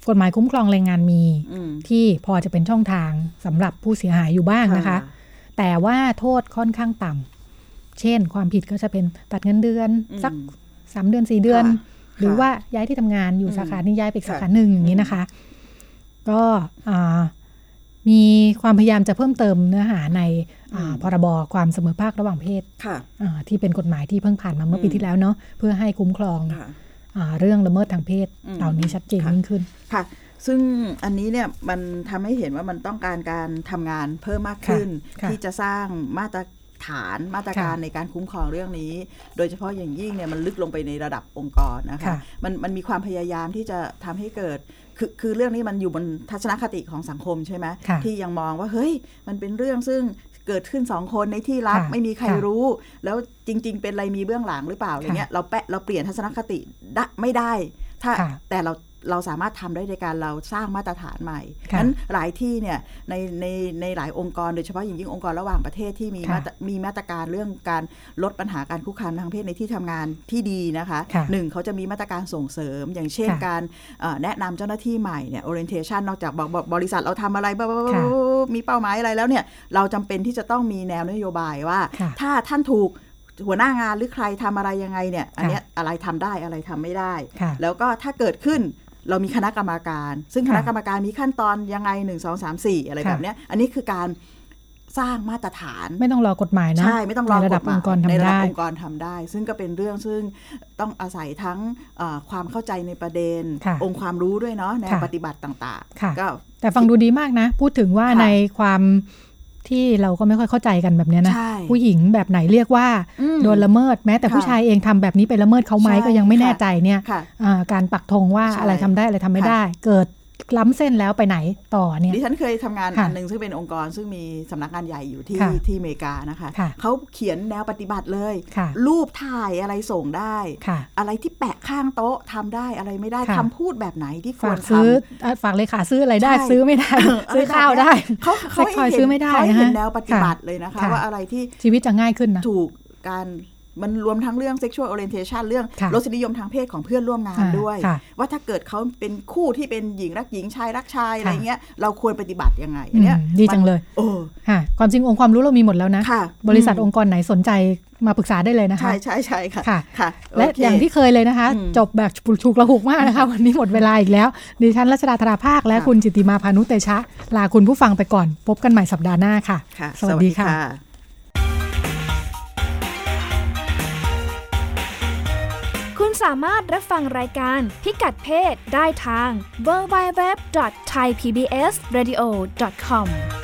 Speaker 2: กฎหมายคุ้มครองแรงงานมี
Speaker 3: อืม
Speaker 2: ที่พอจะเป็นช่องทางสำหรับผู้เสียหายอยู่บ้างนะคะ แต่ว่าโทษค่อนข้างต่ำเช่น ความผิดก็จะเป็นตัดเงินเดือน
Speaker 3: อืม
Speaker 2: สัก สามเดือนสี่เดือน
Speaker 3: ค่ะ
Speaker 2: หรือว่าย้ายที่ทำงานอยู่
Speaker 3: อืม
Speaker 2: สาขาหนึ่งย้ายไปอีก
Speaker 3: ค่ะ
Speaker 2: สาขาหนึ่งอย่างนี้นะคะ ก็อ่ามีความพยายามจะเพิ่มเติมเนื้อหาในอ่า
Speaker 3: อืม
Speaker 2: พรบความเสมอภาคระหว่างเพศ
Speaker 3: ค่ะ
Speaker 2: อ่าที่เป็นกฎหมายที่เพิ่งผ่านมาเมื่อปี
Speaker 3: อืม
Speaker 2: ที่แล้วเนาะเพื่อให้คุ้มครอง
Speaker 3: ค่ะ
Speaker 2: อาเรื่องละเมิดทางเพศ
Speaker 3: อืม
Speaker 2: เหล่านี้ชัดเจน
Speaker 3: ค่ะ
Speaker 2: ยิ่งขึ้น
Speaker 3: ค่ะ ซึ่งอันนี้เนี่ยมันทำให้เห็นว่ามันต้องการการทำงานเพิ่มมากขึ้น
Speaker 2: ค่ะ
Speaker 3: ที่จะสร้างมาตรฐานมาตรการ
Speaker 2: ค่ะ
Speaker 3: ในการคุ้มครองเรื่องนี้ โดยเฉพาะอย่างยิ่งเนี่ยมันลึกลงไปในระดับองค์กรนะคะ
Speaker 2: ค่ะ
Speaker 3: มันมันมีความพยายามที่จะทำให้เกิด คือคือเรื่องนี้มันอยู่บนทัศนคติของสังคมใช่ไหม
Speaker 2: ค่ะ
Speaker 3: ที่ยังมองว่าเฮ้ยมันเป็นเรื่องซึ่งเกิดขึ้นสองคนในที่ลับ
Speaker 2: ค่ะ
Speaker 3: ไม่มีใคร
Speaker 2: ค่ะ
Speaker 3: รู้ แล้วจริง ๆ เป็นอะไรมีเบื้องหลังหรือเปล่าอะไร
Speaker 2: ค่ะ
Speaker 3: เงี้ยเราแปะเราเปลี่ยนทัศนคติได้ไม่ได้ถ้า
Speaker 2: ค่ะ
Speaker 3: แต่เราเราสามารถทำได้ในการเราสร้างมาตรฐานใหม่
Speaker 2: ค่ะ
Speaker 3: นั้นหลายที่เนี่ยในในในหลายองค์กรโดยเฉพาะอย่างยิ่งองค์กรระหว่างประเทศที่มี
Speaker 2: ค่ะ
Speaker 3: มาตรมีมาตรการเรื่องการลดปัญหาการคุกคามทางเพศในที่ทำงานที่ดีนะคะ
Speaker 2: ค่ะ
Speaker 3: หนึ่งเขาจะมีมาตรการส่งเสริม อย่างเช่น
Speaker 2: ค่ะ
Speaker 3: การเอ่อแนะนำเจ้าหน้าที่ใหม่เนี่ย orientation นอกจากบอกบอกบริษัทเราทำอะไรบ้าง
Speaker 2: ค่ะ
Speaker 3: มีเป้าหมายอะไรแล้วเนี่ยเราจำเป็นที่จะต้องมีแนวนโยบายว่า
Speaker 2: ค่ะ
Speaker 3: ถ้าท่านถูกหัวหน้างานหรือใครทำอะไรยังไงเนี่ยอันเนี้ยอะไรทำได้อะไรทำไม่ได้
Speaker 2: ค่ะ
Speaker 3: แล้วก็ถ้าเกิดขึ้นเรามีคณะกรรมการ ซึ่ง
Speaker 2: ค่ะ
Speaker 3: คณะกรรมการมีขั้นตอนยังไง 1 2 3 4 อะไร
Speaker 2: ค่ะ
Speaker 3: แบบเนี้ยอันนี้คือการ สร้างมาตรฐาน
Speaker 2: ไม่ต้องรอกฎหมายนะ
Speaker 3: ใช่ไม่ต้องรอกฎหมาย
Speaker 2: ในระดับองค์กรทำ
Speaker 3: ในระดั
Speaker 2: ได้
Speaker 3: บองค์กรทำได้ ซึ่งก็เป็นเรื่องซึ่งต้องอาศัยทั้งเอ่อความเข้าใจในประเด็น
Speaker 2: ค่ะ
Speaker 3: องค์ความรู้ด้วยเนาะแนว
Speaker 2: ค่ะ
Speaker 3: ปฏิบัติต่าง
Speaker 2: ค่ะ
Speaker 3: ๆ ก็
Speaker 2: แต่ฟังดูดีมากนะ พูดถึงว่า
Speaker 3: ค่ะ
Speaker 2: ในความที่เราก็ไม่ค่อยเข้าใจกันแบบเนี้ยนะ
Speaker 3: ใช่
Speaker 2: ผู้หญิงแบบไหนเรียกว่า
Speaker 3: อืม
Speaker 2: โดนละเมิดแม้แต่
Speaker 3: ค่ะ
Speaker 2: ผู้ชายเองทำแบบนี้ไปละเมิดเขาไหม
Speaker 3: ใช่
Speaker 2: ก็ยังไม่แน่
Speaker 3: ค่ะ
Speaker 2: ใจเนี่ย
Speaker 3: ค่ะ
Speaker 2: อ่าการปักธงว่า
Speaker 3: ใช่
Speaker 2: อะไรทำได้อะไรทำไม่
Speaker 3: ค่ะ
Speaker 2: ได้ เกิดล้ำเส้นแล้วไปไหนต่อเนี่ย
Speaker 3: ดิฉันเคยทำงาน
Speaker 2: ค่ะ
Speaker 3: อันหนึ่งซึ่งเป็นองค์กรซึ่งมีสำนักงานใหญ่อยู่ที่
Speaker 2: ค่ะ
Speaker 3: ที่อเมริกานะคะ
Speaker 2: ค่ะ
Speaker 3: เขาเขียนแนวปฏิบัติเลย
Speaker 2: ค่ะ
Speaker 3: รูปถ่ายอะไรส่งได้
Speaker 2: ค่ะ
Speaker 3: อะไรที่แปะข้างโต๊ะทำได้อะไรไม่ได้
Speaker 2: ค่ะ
Speaker 3: คำพูดแบบไหนที่ค
Speaker 2: ฝาว ก
Speaker 3: ร
Speaker 2: ซื้อ
Speaker 3: ทำ
Speaker 2: เอ่อฝากเลยค่ะซื้ออะไรได้
Speaker 3: ใช่
Speaker 2: ซื้อไม่ได้ <laughs> ซื้อข้าวได้
Speaker 3: เขาเขาให้
Speaker 2: คอย
Speaker 3: เห็น
Speaker 2: ซื้อไม่ได้
Speaker 3: เขา
Speaker 2: นะ
Speaker 3: ให้เห็
Speaker 2: ฮะ
Speaker 3: นแนวปฏิบัติเลยนะคะ
Speaker 2: ค่ะ
Speaker 3: ว่าอะไรที่
Speaker 2: ชีวิตจะง่ายขึ้นนะ
Speaker 3: ถูกการมันรวมทั้งเรื่อง sexual orientation เรื่อง
Speaker 2: ค่ะ
Speaker 3: รสนิยมทางเพศของเพื่อนร่วมงาน
Speaker 2: อ่า
Speaker 3: ด้วย
Speaker 2: ค่ะ
Speaker 3: ว่าถ้าเกิดเขาเป็นคู่ที่เป็นหญิงรักหญิงชายรักชาย
Speaker 2: ค่ะ
Speaker 3: อะไรเงี้ยเราควรปฏิบัติยังไงอันเนี้ย
Speaker 2: อืมดีจังเลย
Speaker 3: โอ้
Speaker 2: ค่ะความจริงองค์ความรู้เรามีหมดแล้วนะ
Speaker 3: ค่ะ
Speaker 2: บริษัท
Speaker 3: อืม
Speaker 2: องค์กรไหนสนใจมาปรึกษาได้เลยนะคะ
Speaker 3: ใช่ใช่ใช่ค่ะ
Speaker 2: ค่ะ
Speaker 3: ค่ะ
Speaker 2: และ
Speaker 3: โเค
Speaker 2: อย่างที่เคยเลยนะคะ
Speaker 3: อืม
Speaker 2: จบแบบถูกระหุกมากนะคะ วันนี้หมดเวลาอีกแล้ว ดิฉันรัชดาธราภาค และ
Speaker 3: ค่ะ
Speaker 2: คุณจิตติมาพานุเตชะ ลาคุณผู้ฟังไปก่อน พบกันใหม่สัปดาห์หน้าค่ะ
Speaker 3: ค่ะ
Speaker 2: สวัสดีค่ะ
Speaker 1: คุณสามารถรับฟังรายการพิกัดเพศได้ทาง www.thaipbsradio.com